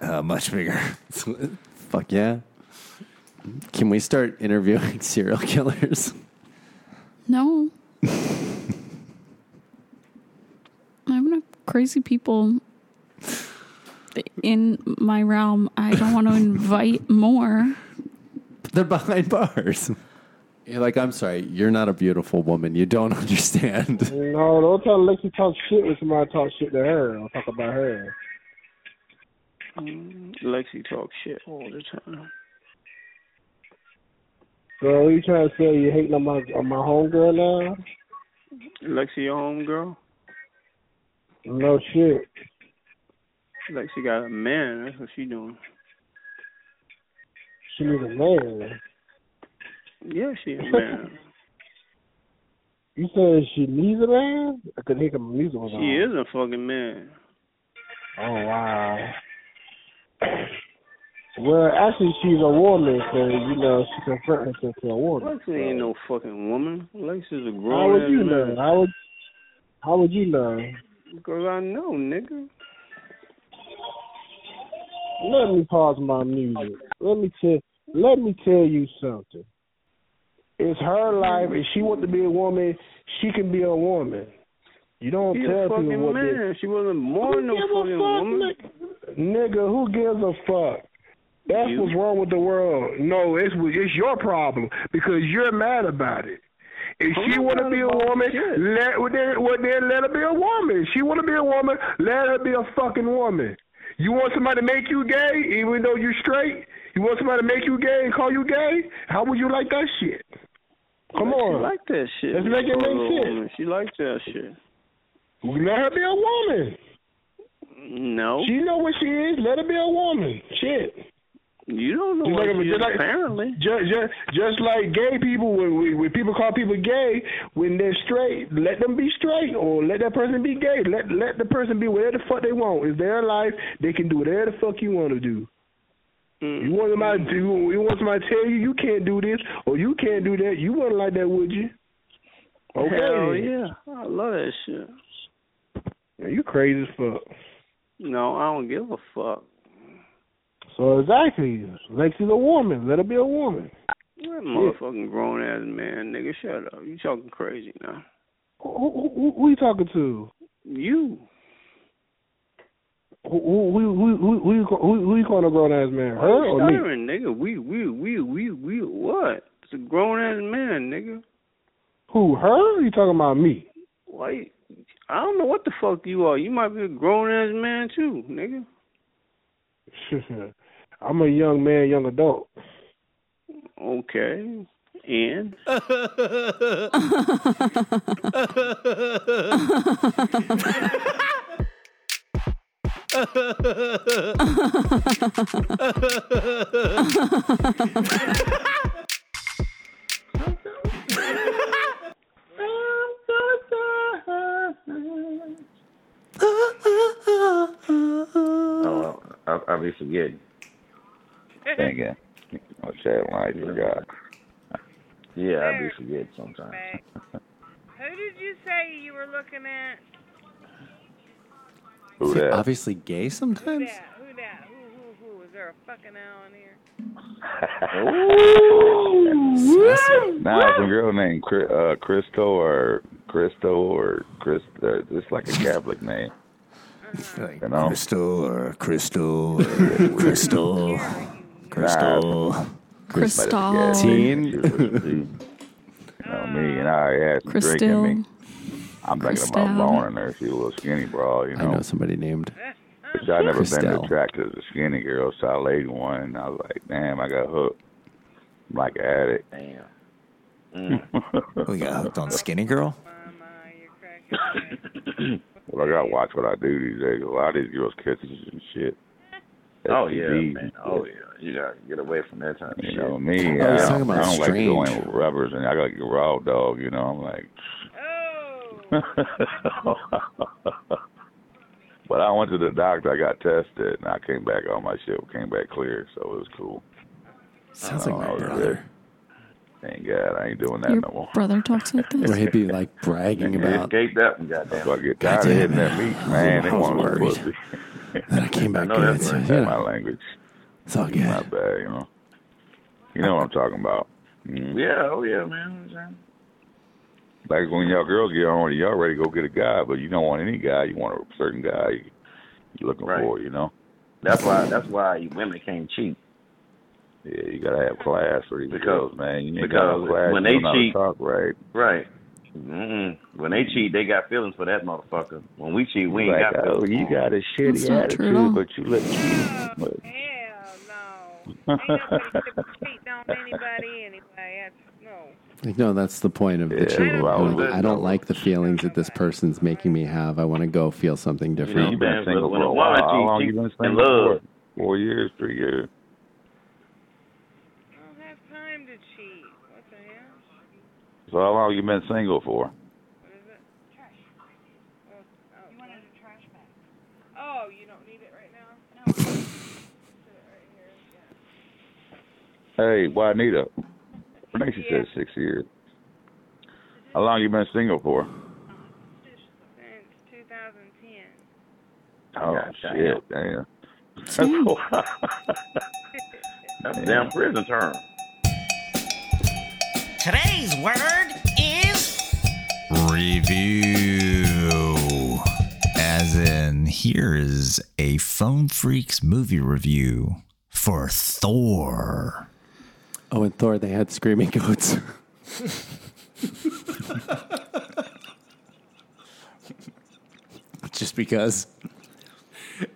Speaker 2: uh, much bigger.
Speaker 3: Fuck yeah. Can we start interviewing serial killers?
Speaker 4: No. I have enough crazy people in my realm. I don't want to invite more.
Speaker 3: They're behind bars. You're like, I'm sorry, you're not a beautiful woman. You don't understand.
Speaker 11: No, don't try to let you talk shit when somebody talk shit to her or talk about her.
Speaker 14: Mm, Lexi talks shit all the time.
Speaker 11: So you trying to say you hating on my on my homegirl now?
Speaker 14: Lexi, your homegirl?
Speaker 11: No shit.
Speaker 14: Lexi got a man. That's what she doing.
Speaker 11: She needs a man.
Speaker 14: Yeah, she a man.
Speaker 11: You said she needs a man? I couldn't hear the music was
Speaker 14: she
Speaker 11: on.
Speaker 14: is a fucking man.
Speaker 11: Oh wow. Well, actually, she's a woman, so you know she converted herself to a woman.
Speaker 14: Lexi ain't no fucking woman. Lexi's a grown
Speaker 11: How would you
Speaker 14: ass
Speaker 11: know?
Speaker 14: man.
Speaker 11: How would How would you know?
Speaker 14: Because I know, nigga.
Speaker 11: Let me pause my music. Let me tell let me tell you something. It's her life. If she wants to be a woman, she can be a woman. You don't
Speaker 14: She a
Speaker 11: tell people
Speaker 14: fucking
Speaker 11: what they-
Speaker 14: man. She wasn't born no
Speaker 11: Who give a
Speaker 14: fucking
Speaker 11: fuck,
Speaker 14: woman.
Speaker 11: Nigga, who gives a fuck? That's
Speaker 14: You.
Speaker 11: what's wrong with the world. No, it's it's your problem because you're mad about it. If
Speaker 14: I'm
Speaker 11: she
Speaker 14: not
Speaker 11: want to
Speaker 14: mad
Speaker 11: be a
Speaker 14: about
Speaker 11: woman,
Speaker 14: shit.
Speaker 11: let well, then, well, then let her be a woman. If she want to be a woman, let her be a fucking woman. You want somebody to make you gay, even though you're straight? You want somebody to make you gay and call you gay? How would you like that shit? Come on.
Speaker 14: She like that shit.
Speaker 11: Let's make it
Speaker 14: Fuck
Speaker 11: make
Speaker 14: a
Speaker 11: sense.
Speaker 14: woman. She likes that shit.
Speaker 11: Let her be a woman.
Speaker 14: No.
Speaker 11: She know what she is. Let her be a woman. Shit.
Speaker 14: You don't know what she is, apparently.
Speaker 11: Just, just, just like gay people, when, we, when people call people gay, when they're straight, let them be straight or let that person be gay. Let let the person be whatever the fuck they want. It's their life. They can do whatever the fuck you want to do.
Speaker 14: Mm-hmm.
Speaker 11: You want somebody to you want somebody to tell you you can't do this or you can't do that. You wouldn't like that, would you? Okay.
Speaker 14: Hell
Speaker 11: then.
Speaker 14: yeah. I love that shit.
Speaker 11: Yeah, You crazy as fuck.
Speaker 14: No, I don't give a fuck.
Speaker 11: So exactly, Lexi's a woman. Let her be a woman.
Speaker 14: You're a motherfucking grown ass man, nigga. Shut up. You talking crazy now.
Speaker 11: Who, who, who, who you talking to?
Speaker 14: You.
Speaker 11: Who who who who who you call- who, who you calling a grown ass man? Her
Speaker 14: you
Speaker 11: or Oh, me?
Speaker 14: stuttering, nigga. We we we we we what? It's a grown ass man, nigga.
Speaker 11: Who? Her? Or you talking about me?
Speaker 14: Why? you- I don't know what the fuck you are. You might be a grown ass man too, nigga.
Speaker 11: I'm a young man, young adult.
Speaker 14: Okay. And
Speaker 15: Oh, I'll, I'll be forgetting. Thank you. What's that like? You got? Yeah, I'll be forgetting sometimes.
Speaker 7: Who did you say you were looking at?
Speaker 15: Who
Speaker 3: Is it
Speaker 15: that?
Speaker 3: Obviously gay sometimes.
Speaker 7: Who that? Who that? Who, who, who? Is there a fucking Al in here?
Speaker 12: Oh, Now some girl named Chris, uh, Crystal or Crystal or Chris. Uh, it's like a Catholic name. you know?
Speaker 2: Crystal or crystal or crystal. Crystal.
Speaker 12: Crystal. Teen. You know me, and I already had some drink in me. I'm thinking about
Speaker 3: Christelle.
Speaker 12: boning her. She a little skinny bra, you know.
Speaker 3: I know somebody named.
Speaker 12: Which I never been
Speaker 3: Christelle.
Speaker 12: attracted to skinny girls, so I laid one, and I was like, damn, I got hooked. I'm like an addict. Damn.
Speaker 2: we got hooked on Skinny Girl.
Speaker 12: well, I gotta watch what I do these days. A lot of these girls catches and shit.
Speaker 7: Oh, yeah,
Speaker 12: STDs
Speaker 7: man.
Speaker 12: and
Speaker 7: Oh,
Speaker 12: shit.
Speaker 7: You gotta get away from that type of
Speaker 12: You
Speaker 7: shit.
Speaker 12: know me,
Speaker 7: I
Speaker 12: I,
Speaker 7: was
Speaker 12: don't,
Speaker 7: Oh, talking about
Speaker 12: I don't like
Speaker 7: strange.
Speaker 12: going with rubbers, and I got like a raw dog. You know, I'm like, but I went to the doctor. I got tested, and I came back. All my shit came back clear, so it was cool.
Speaker 3: Sounds
Speaker 12: I
Speaker 3: like my
Speaker 12: was
Speaker 3: brother.
Speaker 12: good. Thank God, I ain't doing that
Speaker 4: Your
Speaker 12: no more.
Speaker 4: brother talks like
Speaker 3: Or
Speaker 4: this.
Speaker 3: he'd be like bragging about.
Speaker 12: Escape that one, goddamn. I get tired of hitting that meat, man. They
Speaker 3: I was
Speaker 12: want
Speaker 3: worried.
Speaker 12: pussy.
Speaker 3: Then I came back
Speaker 12: I know
Speaker 3: good,
Speaker 12: That's
Speaker 3: so,
Speaker 12: like-
Speaker 3: you
Speaker 12: that's
Speaker 3: know.
Speaker 12: my language.
Speaker 3: It's all good.
Speaker 12: My bad, you know. You know what I'm talking about. Mm.
Speaker 7: Yeah, oh yeah, man.
Speaker 12: Like when y'all girls get on, y'all ready to go get a guy, but you don't want any guy. You want a certain guy you- you're looking for, you know.
Speaker 7: That's why. That's why you women can't cheat.
Speaker 12: Yeah, you gotta have class for these
Speaker 7: Because-
Speaker 12: girls, man. You ain't got
Speaker 7: because
Speaker 12: no class,
Speaker 7: when
Speaker 12: you
Speaker 7: they
Speaker 12: don't know how to
Speaker 7: cheat-
Speaker 12: talk right.
Speaker 7: Right. Mm-mm. When they cheat, they got feelings for that motherfucker. When we cheat, we ain't
Speaker 12: like,
Speaker 7: got
Speaker 12: oh,
Speaker 7: feelings.
Speaker 12: you got a shitty
Speaker 7: That's not true at all.
Speaker 12: attitude, but you look cute.
Speaker 3: Like, no, that's the point of the
Speaker 12: Yeah,
Speaker 3: cheating.
Speaker 12: well, I was
Speaker 3: Like,
Speaker 12: with-
Speaker 3: I don't like the feelings that this person's making me have. I want to go feel something
Speaker 12: You
Speaker 3: different.
Speaker 12: know, you've been single for a while. How long you been single for? Four years, three years. So how long you been single for?
Speaker 15: Oh, you don't need it right now?
Speaker 12: Hey, Juanita. I think she said six years. How long you been single for?
Speaker 15: Since 2010.
Speaker 12: Oh
Speaker 7: damn.
Speaker 12: shit, damn.
Speaker 7: That's a damn prison term.
Speaker 16: Today's word is
Speaker 17: Review. As in, here is a Phone Freaks movie review for Thor.
Speaker 3: Oh, and Thor, they had screaming goats. just because.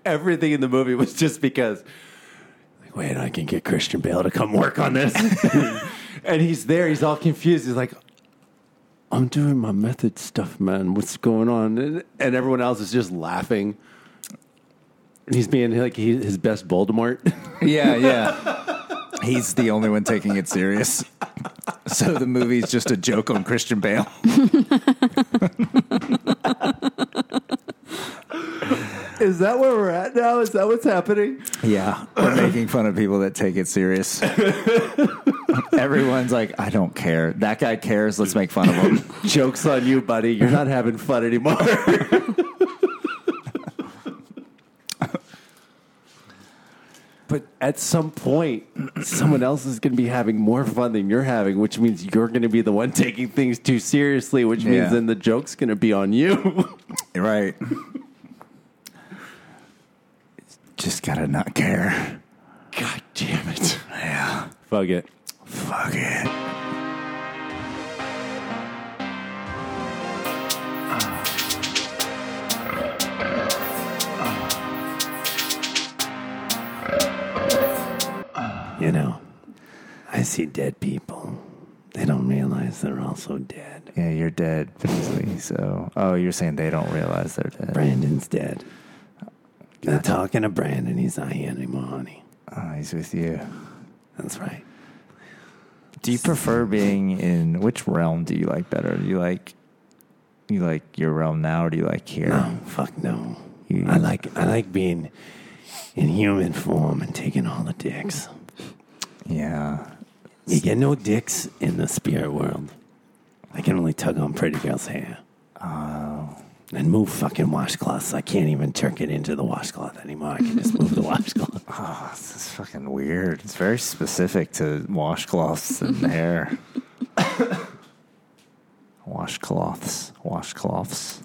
Speaker 3: Everything in the movie was just because. Like, wait, I can get Christian Bale to come work on this. and he's there, he's all confused. He's like, I'm doing my method stuff, man. What's going on? And, and everyone else is just laughing. And he's being like he, his best Voldemort.
Speaker 2: Yeah, yeah. He's the only one taking it serious. So the movie's just a joke on Christian Bale.
Speaker 3: Is that where we're at now? Is that what's happening?
Speaker 2: Yeah, we're making fun of people that take it serious. Everyone's like, I don't care. That guy cares. Let's make fun of him.
Speaker 3: Jokes on you, buddy. You're not having fun anymore. but at some point, someone else is going to be having more fun than you're having, which means you're going to be the one taking things too seriously, which means
Speaker 2: Yeah.
Speaker 3: then the joke's going to be on you.
Speaker 2: right. Just gotta not care.
Speaker 3: God damn it.
Speaker 2: Yeah.
Speaker 3: Fuck it.
Speaker 2: Fuck it.
Speaker 1: You know, I see dead people. They don't realize they're also dead.
Speaker 2: Yeah, you're dead, Beasley. So, oh, you're saying they don't realize they're dead.
Speaker 1: Brandon's dead. I'm talking to Brandon. He's not here anymore, honey.
Speaker 2: Oh, he's with you.
Speaker 1: That's right.
Speaker 2: Do you prefer being in which realm do you like better? Do you like you like your realm now or do you like here? No,
Speaker 1: fuck no. I like I like being in human form and taking all the dicks.
Speaker 2: Yeah.
Speaker 1: You get no dicks in the spirit world. I can only tug on pretty girls' hair.
Speaker 2: Oh.
Speaker 1: And move fucking washcloths. I can't even turn it into the washcloth anymore. I can just move the washcloth.
Speaker 2: Oh, this is fucking weird. It's very specific to washcloths and hair. washcloths, washcloths.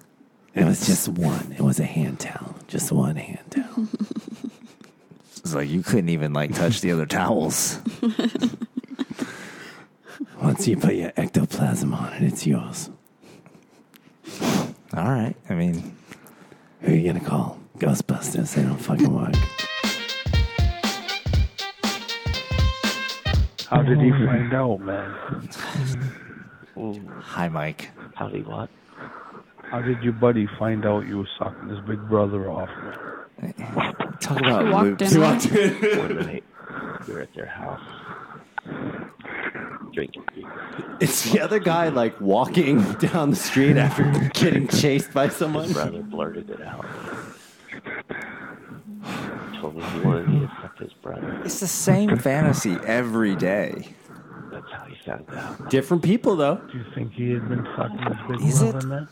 Speaker 1: It was just one. It was a hand towel. Just one hand towel.
Speaker 2: It's like you couldn't even like touch the other towels.
Speaker 1: Once you put your ectoplasm on it, it's yours.
Speaker 2: All right. I mean,
Speaker 1: who are you gonna call? Ghostbusters. They don't fucking work.
Speaker 10: How did he find out, man?
Speaker 2: Hi, Mike.
Speaker 10: Howdy, what? How did your buddy find out you were sucking his big brother off?
Speaker 2: Talk
Speaker 10: about
Speaker 2: He walked loops. in.
Speaker 10: He
Speaker 2: walked
Speaker 10: in.
Speaker 7: One night, we were at their house drinking.
Speaker 3: It's the other guy like walking down the street after getting chased by someone.
Speaker 7: His brother blurted it out. Told me he wanted me to fuck his brother.
Speaker 2: It's the same fantasy every day.
Speaker 7: That's how he found out.
Speaker 3: Different people though.
Speaker 10: Do you think he had been sucking his big
Speaker 2: Is
Speaker 10: brother,
Speaker 2: it?
Speaker 10: man?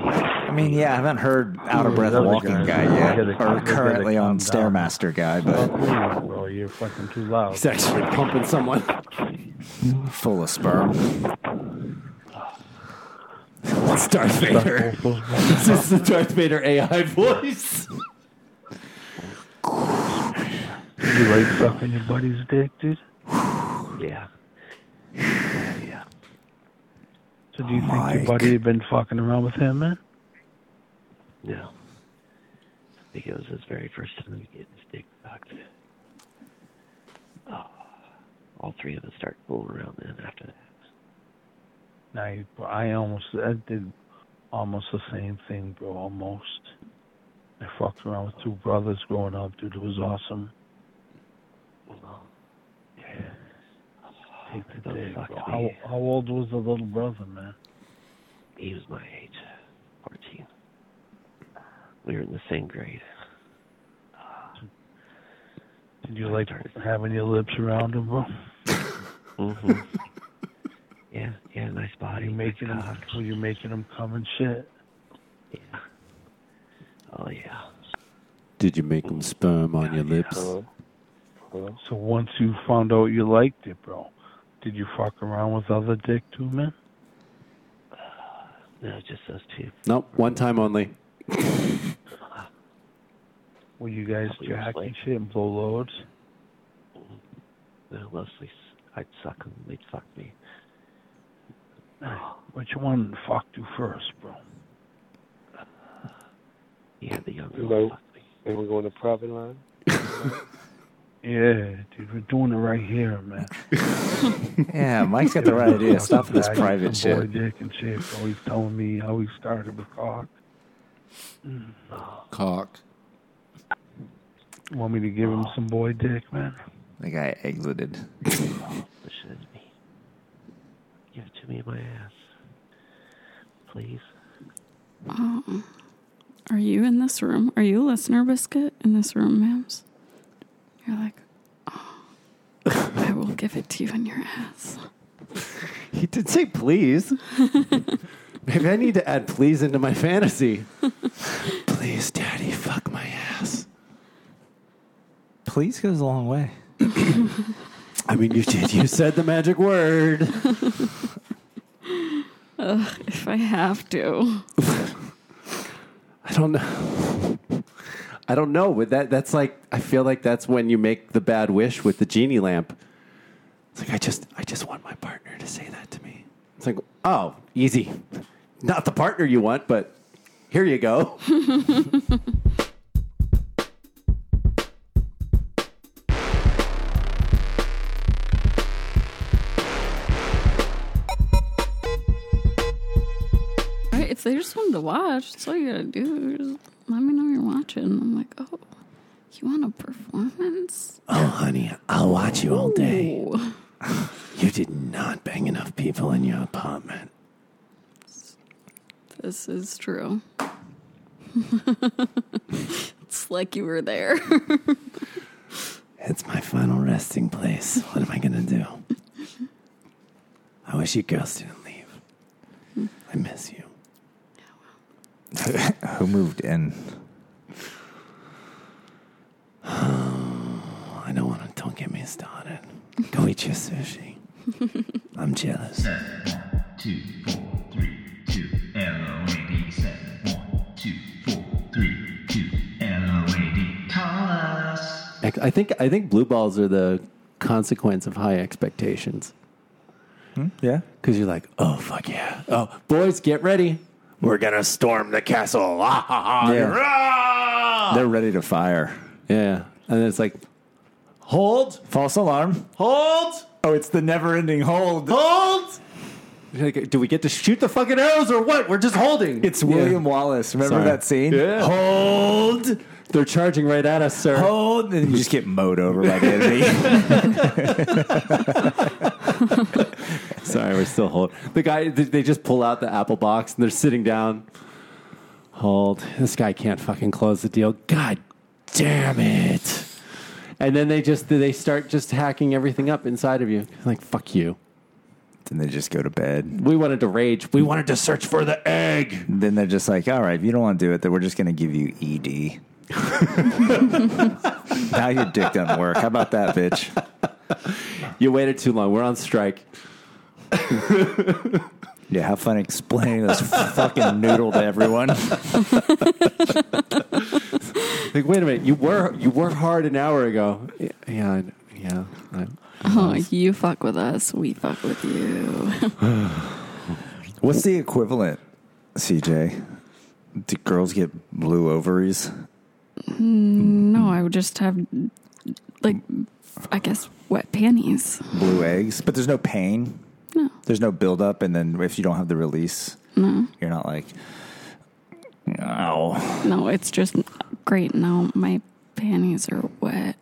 Speaker 2: I mean, yeah, I haven't heard out of breath
Speaker 10: Those other
Speaker 2: walking
Speaker 10: guys,
Speaker 2: guy
Speaker 10: they
Speaker 2: yet,
Speaker 10: gotta- they
Speaker 2: or
Speaker 10: gotta
Speaker 2: currently
Speaker 10: calm
Speaker 2: on
Speaker 10: down.
Speaker 2: stairmaster guy, but
Speaker 10: Fuck you, bro, you're fucking too loud.
Speaker 3: He's actually pumping someone.
Speaker 2: full of sperm.
Speaker 3: It's Darth Vader. this is the Darth Vader AI voice.
Speaker 10: You like sucking your buddy's dick, dude?
Speaker 7: Yeah.
Speaker 10: So do you
Speaker 2: Oh
Speaker 10: think your buddy had been fucking around with him, man?
Speaker 7: No. I think it was his very first time getting his dick sucked. Oh, all three of us start fooling around then after that.
Speaker 10: Nah, you- bro, I almost I did almost the same thing, bro. Almost. I fucked around with two brothers growing up, dude. It was awesome. Take the dick, bro. How, how old was the little brother, man?
Speaker 7: He was my age, 14. We were in the same grade.
Speaker 10: Did you like having your lips around him, bro?
Speaker 7: hmm yeah, yeah, nice body.
Speaker 10: You making him? Were you making him come and shit?
Speaker 7: Oh, yeah.
Speaker 3: Did you make him sperm on your lips?
Speaker 10: So once you found out you liked it, bro, did you fuck around with other dick too, man?
Speaker 7: No, just those two.
Speaker 3: Nope, one time only.
Speaker 10: Were you guys jack and shit and blow loads?
Speaker 7: No, mostly Mm-hmm. s- I'd suck them, they'd fuck me.
Speaker 10: Which one fucked you first, bro?
Speaker 7: Yeah, the younger
Speaker 10: Hello?
Speaker 7: one fucked me. And we're going to private line?
Speaker 10: Yeah, dude, we're doing it right here, man.
Speaker 2: Yeah, Mike's got the right idea. Stop with this
Speaker 10: Guy,
Speaker 2: private
Speaker 10: some boy
Speaker 2: shit.
Speaker 10: Dick and shit, bro. He's telling me how he started with cock. Mm.
Speaker 3: Cock.
Speaker 10: You want me to give him
Speaker 7: Oh.
Speaker 10: some boy dick, man?
Speaker 2: The guy exited.
Speaker 7: This is me. Give it to me in my ass. Please.
Speaker 4: Oh. Are you in this room? Are you a listener, Biscuit, in this room, ma'ams? You're like, oh, I will give it to you in your ass.
Speaker 3: He did say please. Maybe I need to add please into my fantasy. please, daddy, fuck my ass.
Speaker 2: Please goes a long way.
Speaker 3: I mean, you did. You said the magic word.
Speaker 4: Ugh, if I have to.
Speaker 3: I don't know. I don't know. But that that's like I feel like that's when you make the bad wish with the genie lamp. It's like I just I just want my partner to say that to me. It's like oh, easy. Not the partner you want, but here you go.
Speaker 4: Right? If they just wanted to watch, that's all you gotta do. Just let me know you're watching. I'm like, oh, you want a performance?
Speaker 1: Oh, honey, I'll watch you all day.
Speaker 4: Ooh.
Speaker 1: You did not bang enough people in your apartment.
Speaker 4: This is true. it's like you were there.
Speaker 1: It's my final resting place. What am I gonna do? I wish you girls didn't leave.
Speaker 3: I miss you.
Speaker 2: Who moved in?
Speaker 3: I don't want to. Don't get me started. Go eat your sushi. I'm jealous.
Speaker 1: two, four, three, two, L-O-A-D-7. One, two, four, three, two, L-O-A-D. Call us.
Speaker 3: Ex- I think I think blue balls are the consequence of high expectations.
Speaker 2: Yeah,
Speaker 3: because you're like, oh fuck yeah, oh boys, get ready, we're gonna storm the castle. Ah, ha, ha.
Speaker 2: Yeah.
Speaker 3: Rah!
Speaker 2: They're ready to fire.
Speaker 3: Yeah, and it's like, hold,
Speaker 2: false alarm,
Speaker 3: hold.
Speaker 2: Oh, it's the never-ending hold,
Speaker 3: hold. Like, Do we get to shoot the fucking arrows or what? We're just holding.
Speaker 2: It's William
Speaker 3: Yeah.
Speaker 2: Wallace. Remember
Speaker 3: Sorry.
Speaker 2: that scene?
Speaker 3: Yeah. Hold. They're charging right at us, sir.
Speaker 2: Hold, and you just get mowed over by the enemy.
Speaker 3: Sorry, we're still hold. The guy, th- they just pull out the apple box and they're sitting down. Hold. This guy can't fucking close the deal. God damn it. And then they just they start just hacking everything up inside of you. Like fuck you.
Speaker 2: then they just go to bed.
Speaker 3: We wanted to rage. We wanted to search for the egg.
Speaker 2: Then they're just like, all right, if you don't want to do it, then we're just going to give you ED. now your dick doesn't work. How about that, bitch?
Speaker 3: You waited too long. We're on strike.
Speaker 2: yeah, have fun explaining this fucking noodle to everyone.
Speaker 3: Like wait a minute. You were you were hard an hour ago. Yeah, yeah. I- yeah I-
Speaker 4: Oh, you fuck with us. We fuck with you.
Speaker 2: What's the equivalent, CJ? Do girls get blue ovaries?
Speaker 4: Mm, no, I would just have, like, I guess, wet panties.
Speaker 2: Blue eggs? But there's no pain?
Speaker 4: No.
Speaker 2: There's no buildup, and then if you don't have the release,
Speaker 4: No.
Speaker 2: you're not like, ow.
Speaker 4: No, it's just great. Now my panties are wet.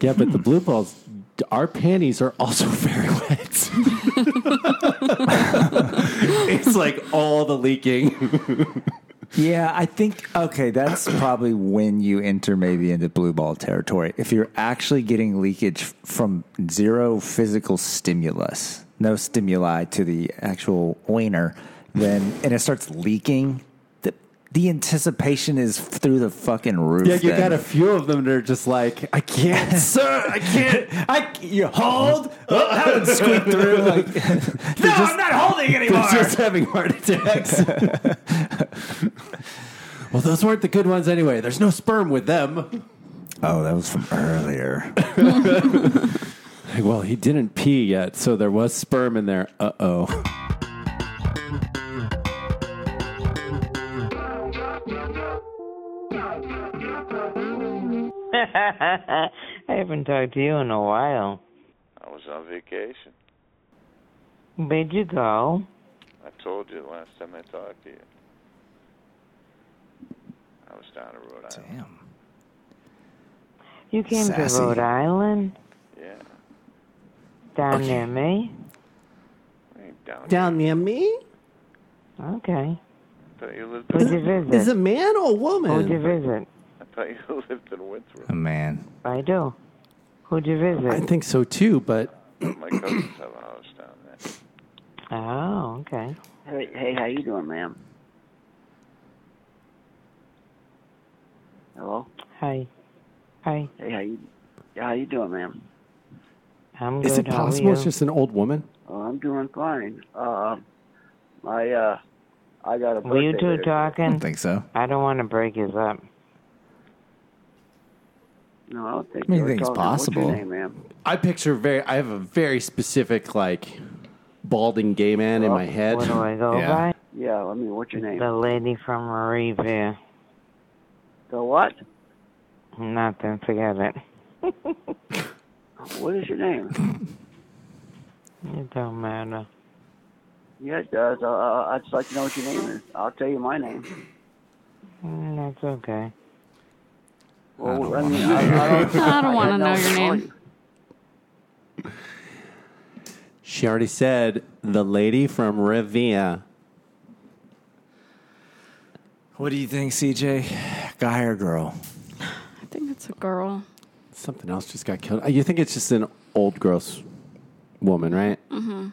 Speaker 3: Yeah, but the blue balls, our panties are also very wet. it's like all the leaking.
Speaker 2: Yeah, I think okay, that's probably when you enter maybe into blue ball territory. If you're actually getting leakage from zero physical stimulus, no stimuli to the actual wiener, then and it starts leaking, the the anticipation is through the fucking roof.
Speaker 3: yeah, you
Speaker 2: then.
Speaker 3: got a few of them that are just like, I can't, sir, I can't, I c- you hold, oh, that would squeak through. Like, no, I'm not holding
Speaker 2: anymore.
Speaker 3: They're just having heart attacks. well, those weren't the good ones anyway. There's no sperm with them.
Speaker 2: Oh, that was from earlier.
Speaker 3: well, he didn't pee yet, so there was sperm in there. Uh oh.
Speaker 7: I haven't talked to you in a while.
Speaker 12: I was on vacation.
Speaker 7: Where'd you go?
Speaker 12: I told you last time I talked to you. I was down in Rhode Island.
Speaker 7: You came
Speaker 12: Sassy.
Speaker 7: to Rhode Island?
Speaker 12: Yeah.
Speaker 7: Down
Speaker 12: Okay.
Speaker 7: near me?
Speaker 12: I ain't down.
Speaker 3: Down near me?
Speaker 7: Okay.
Speaker 12: I thought you lived
Speaker 7: Where'd
Speaker 12: in
Speaker 7: you visit?
Speaker 3: Is it man or woman?
Speaker 7: Who'd you visit?
Speaker 12: I thought you lived in Winthrop.
Speaker 2: A man.
Speaker 7: I do. Who'd you visit?
Speaker 3: I think so too, but
Speaker 12: My cousins have a house down there.
Speaker 7: Oh, okay.
Speaker 13: Hey, hey, how you doing, ma'am? Hello.
Speaker 7: Hi. Hi.
Speaker 13: Hey, how you? Yeah, how you doing, ma'am?
Speaker 7: I'm
Speaker 3: is
Speaker 7: good.
Speaker 3: it
Speaker 7: How are
Speaker 3: possible it's
Speaker 7: you?
Speaker 3: just an old woman?
Speaker 13: Oh, I'm doing fine. Uh, my uh, I got a birthday.
Speaker 7: Were you two
Speaker 13: there.
Speaker 7: talking? I don't
Speaker 2: think so.
Speaker 7: I don't want to break you up.
Speaker 13: No, I don't think.
Speaker 7: I mean,
Speaker 13: they were
Speaker 7: I think it's
Speaker 13: talking. What's your
Speaker 3: possible.
Speaker 13: name, ma'am?
Speaker 3: I picture very. I have a very specific like balding gay man
Speaker 13: Oh,
Speaker 3: in my head.
Speaker 7: What Oh, do I go by?
Speaker 13: Yeah, I mean, what's your name?
Speaker 7: The lady from Revere.
Speaker 13: The what?
Speaker 7: Nothing. Forget it.
Speaker 13: What is your name?
Speaker 7: It don't matter.
Speaker 13: yeah, it does. Uh, I'd just like to know what your name is. I'll tell you my name.
Speaker 7: Mm, That's okay.
Speaker 13: Well, I, mean, I, I don't,
Speaker 4: I don't want to
Speaker 13: didn't
Speaker 4: know
Speaker 13: what
Speaker 4: your
Speaker 13: call
Speaker 4: name.
Speaker 3: She already said the lady from Revia.
Speaker 2: What do you think, CJ? Guy or girl?
Speaker 4: I think it's a girl.
Speaker 3: Something else just got killed. Uh,
Speaker 4: Mm-hmm.
Speaker 3: You think it's just an old gross woman, right?
Speaker 4: hmm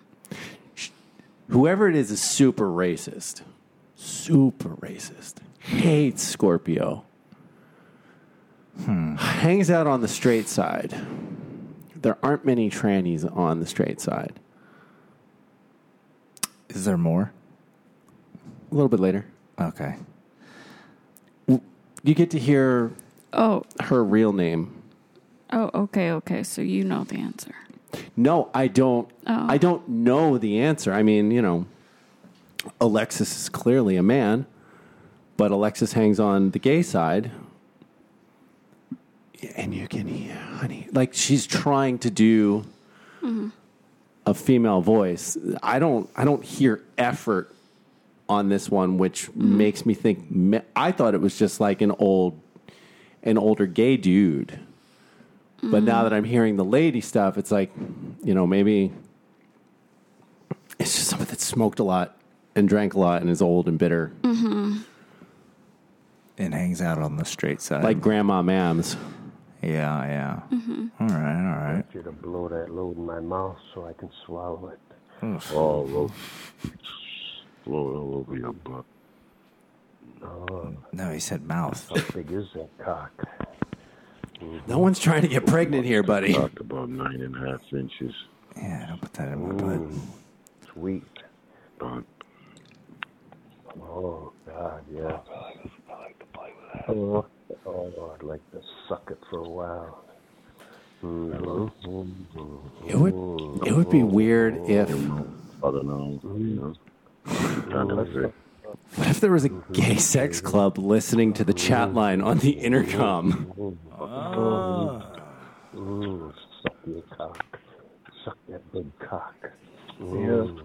Speaker 3: Whoever it is is super racist. Super racist. Hates Scorpio. Hangs out on the straight side. There aren't many trannies on the straight side.
Speaker 2: Is there more?
Speaker 3: A little bit later.
Speaker 2: Okay.
Speaker 3: You get to hear
Speaker 4: Oh,
Speaker 3: her real name.
Speaker 4: oh, okay, okay. So you know the answer.
Speaker 3: No, I don't.
Speaker 4: Oh.
Speaker 3: I don't know the answer. I mean, you know, Alexis is clearly a man, but Alexis hangs on the gay side. And you can hear, honey, like she's trying to do a female voice. I don't. I don't hear effort on this one, which makes me think. me- I thought it was just like an old, an older gay dude. But now that I'm hearing the lady stuff, it's like, you know, maybe it's just somebody that smoked a lot and drank a lot and is old and bitter,
Speaker 4: Mm-hmm.
Speaker 2: and hangs out on the straight side,
Speaker 3: like Grandma Mams.
Speaker 2: Yeah, yeah.
Speaker 4: Mm-hmm.
Speaker 18: Mhm.
Speaker 2: All right, all right.
Speaker 7: I want you to blow that load in my mouth so I can swallow it.
Speaker 2: Oof.
Speaker 7: All over. Blow it all over your butt. No.
Speaker 2: No, he said mouth.
Speaker 7: Oh. How big is that cock?
Speaker 3: No one's trying to get pregnant here, buddy.
Speaker 7: Cock about nine and a half inches.
Speaker 2: Yeah, don't put that in
Speaker 7: my butt. Mmm, Sweet. But, oh, God, yeah. Oh, oh, I'd like to suck it for a while. Mmm.
Speaker 3: It would, it would be weird if,
Speaker 7: I don't know. You know. Kind of a-
Speaker 3: what if there was a gay sex club listening to the chat line on the intercom?
Speaker 7: Mm, Mmm. suck your cock. Suck that big cock. Mmm.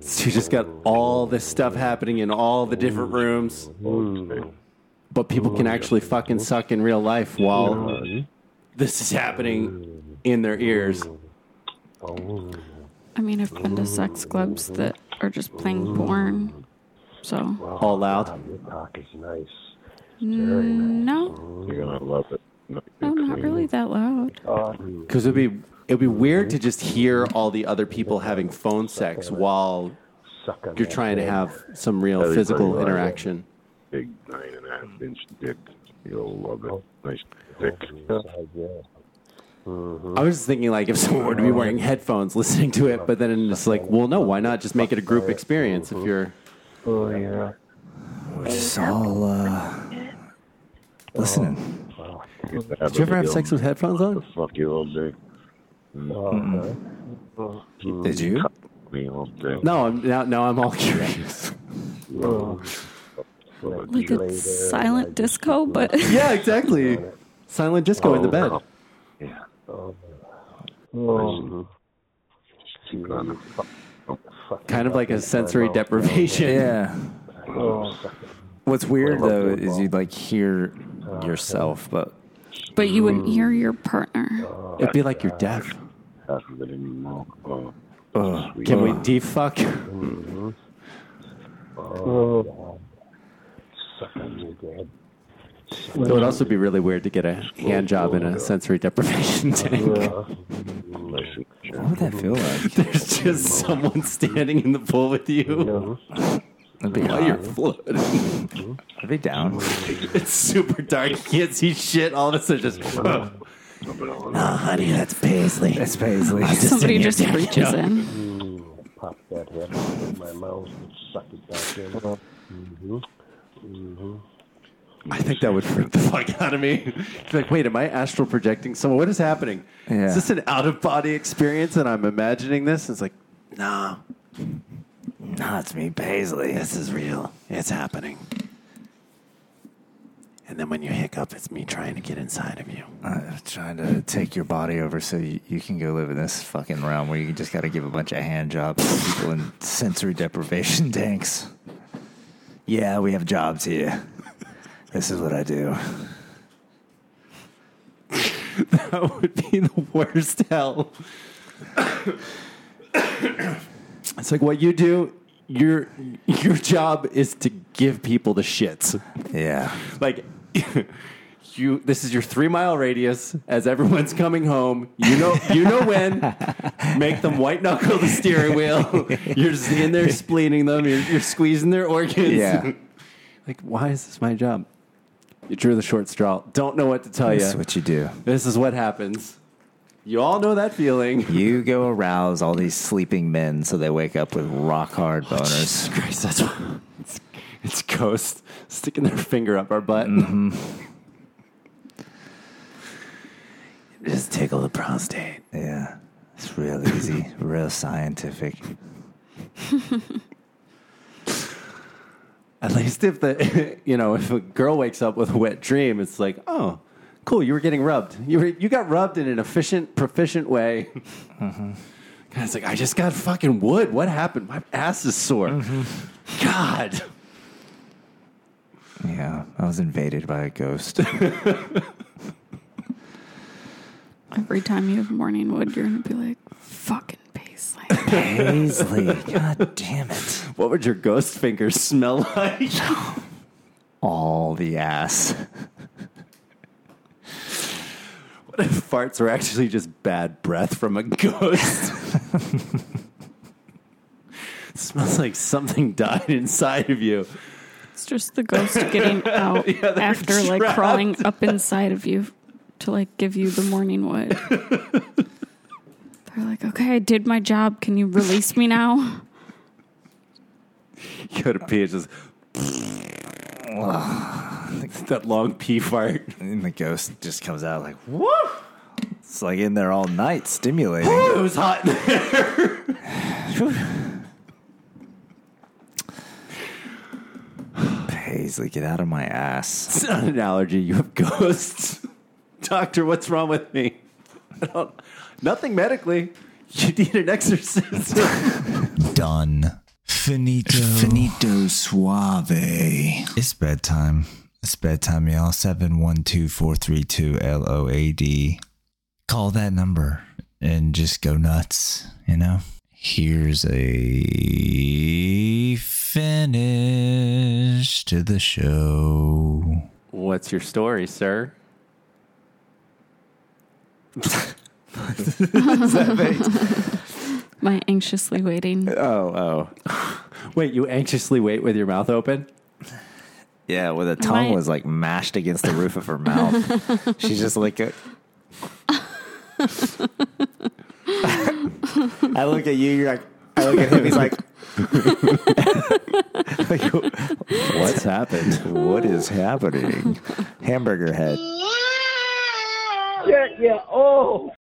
Speaker 3: So you just got all this stuff happening in all the different rooms, but people can actually fucking suck in real life while this is happening in their ears.
Speaker 4: I mean, I've been to sex clubs that are just playing porn. So,
Speaker 3: All loud.
Speaker 7: Your cock is nice.
Speaker 4: no,
Speaker 7: You're gonna love it.
Speaker 4: no, Oh, not really that loud.
Speaker 3: Because it'd be it'd be weird to just hear all the other people having phone sex while you're trying to have some real
Speaker 7: Everybody
Speaker 3: physical
Speaker 7: loves it.
Speaker 3: interaction.
Speaker 7: Big nine and a half inch dick. You'll love it. Nice thick. Mm-hmm.
Speaker 3: I was just thinking like if someone were to be wearing headphones listening to it, but then it's like, well, no, why not just make it a group experience if you're
Speaker 7: Oh yeah.
Speaker 2: We're just all uh, listening.
Speaker 7: Oh,
Speaker 3: Did you ever have sex with headphones on?
Speaker 7: Fuck you all day. Mm-hmm.
Speaker 2: Did you?
Speaker 7: Me all day.
Speaker 3: No, I'm now now I'm all curious.
Speaker 4: Like a silent disco, but
Speaker 3: yeah, exactly. Silent disco in the bed.
Speaker 4: Oh,
Speaker 7: Mm-hmm. She's gonna fuck.
Speaker 3: Kind of like a sensory deprivation.
Speaker 2: Yeah.
Speaker 7: Oh,
Speaker 2: What's weird though is you'd like hear
Speaker 3: Uh,
Speaker 2: yourself, but
Speaker 4: but you wouldn't hear your partner.
Speaker 3: It'd be like you're deaf. Can we defuck?
Speaker 7: Oh. Suck on your dad.
Speaker 3: It would also be really weird to get a hand job in a sensory deprivation tank.
Speaker 7: What
Speaker 2: would that feel like?
Speaker 3: There's just someone standing in the pool with you
Speaker 2: That'd be
Speaker 3: while you're
Speaker 2: hot.
Speaker 3: floating.
Speaker 2: I'd be down.
Speaker 3: It's super dark. You can't see shit. All of a sudden, just. Oh, honey, that's Paisley.
Speaker 2: That's Paisley.
Speaker 4: Somebody just reaches in.
Speaker 7: Pop that head out of my mouth and suck it back in. Mm-hmm. Mm-hmm.
Speaker 3: I think that would freak the fuck out of me. It's like, wait, am I astral projecting someone? What is happening?
Speaker 2: Yeah.
Speaker 3: Is this an out of body experience and I'm imagining this? It's like, nah,
Speaker 2: No, it's me, Paisley.
Speaker 3: this is real. It's happening. And then when you hiccup, it's me trying to get inside of you.
Speaker 2: I'm Uh, trying to take your body over so you, you can go live in this fucking realm where you just got to give a bunch of hand jobs to people in sensory deprivation tanks. Yeah, we have jobs here. This is what I do.
Speaker 3: that would be the worst hell. it's like what you do. Your your job is to give people the shits.
Speaker 2: Yeah.
Speaker 3: Like you this is your three mile radius as everyone's coming home. You know you know when. Make them white knuckle the steering wheel. You're just in there spleening them. You're, you're squeezing their organs.
Speaker 18: Yeah.
Speaker 3: like why is this my job? You drew the short straw. Don't know what to tell you.
Speaker 2: That's what you do.
Speaker 3: This is what happens. You all know that feeling.
Speaker 2: You go arouse all these sleeping men so they wake up with rock hard boners. Jesus
Speaker 3: Oh, Christ, that's what, it's, it's ghosts sticking their finger up our butt.
Speaker 2: Mm-hmm. Just tickle the prostate. Yeah. It's real easy, real scientific.
Speaker 3: At least if the you know if a girl wakes up with a wet dream, it's like oh. Cool, you were getting rubbed. You were, you got rubbed in an efficient, proficient way. Mm-hmm. God, it's like I just got fucking wood. What happened? My ass is sore. God.
Speaker 2: Yeah, I was invaded by a ghost.
Speaker 4: Every time you have morning wood, you're gonna be like, "Fucking Paisley." Paisley,
Speaker 2: God damn it.
Speaker 3: What would your ghost fingers smell like?
Speaker 2: all the ass.
Speaker 3: what if farts were actually just bad breath from a ghost? smells like something died inside of you.
Speaker 4: It's just the ghost getting out
Speaker 3: Yeah, they're
Speaker 4: after like
Speaker 3: trapped.
Speaker 4: crawling up inside of you to like give you the morning wood. They're like, "Okay, I did my job. Can you release me now?"
Speaker 3: You go to pee, it's just that long pee fart.
Speaker 2: And the ghost just comes out like, woo! It's like in there all night, stimulating.
Speaker 3: it was hot in
Speaker 7: Mm-hmm.
Speaker 3: there.
Speaker 2: Paisley, get out of my ass.
Speaker 3: It's not an allergy. You have ghosts. Doctor, what's wrong with me? I don't, nothing medically. You need an exorcism.
Speaker 19: Done. Finito. Finito suave. It's bedtime. It's bedtime, y'all. 712-432-LOAD. Call that number and just go nuts, you know? Here's a finish to the show.
Speaker 3: what's your story, sir?
Speaker 4: My anxiously waiting.
Speaker 3: Oh, oh. Wait, you anxiously wait with your mouth open?
Speaker 2: Yeah, where the tongue
Speaker 4: Right.
Speaker 2: was like mashed against the roof of her mouth. She's just like, a, I look at you, you're like, I look at him, he's like, like what's happened? What is happening? Hamburger head.
Speaker 11: Yeah, yeah. Oh.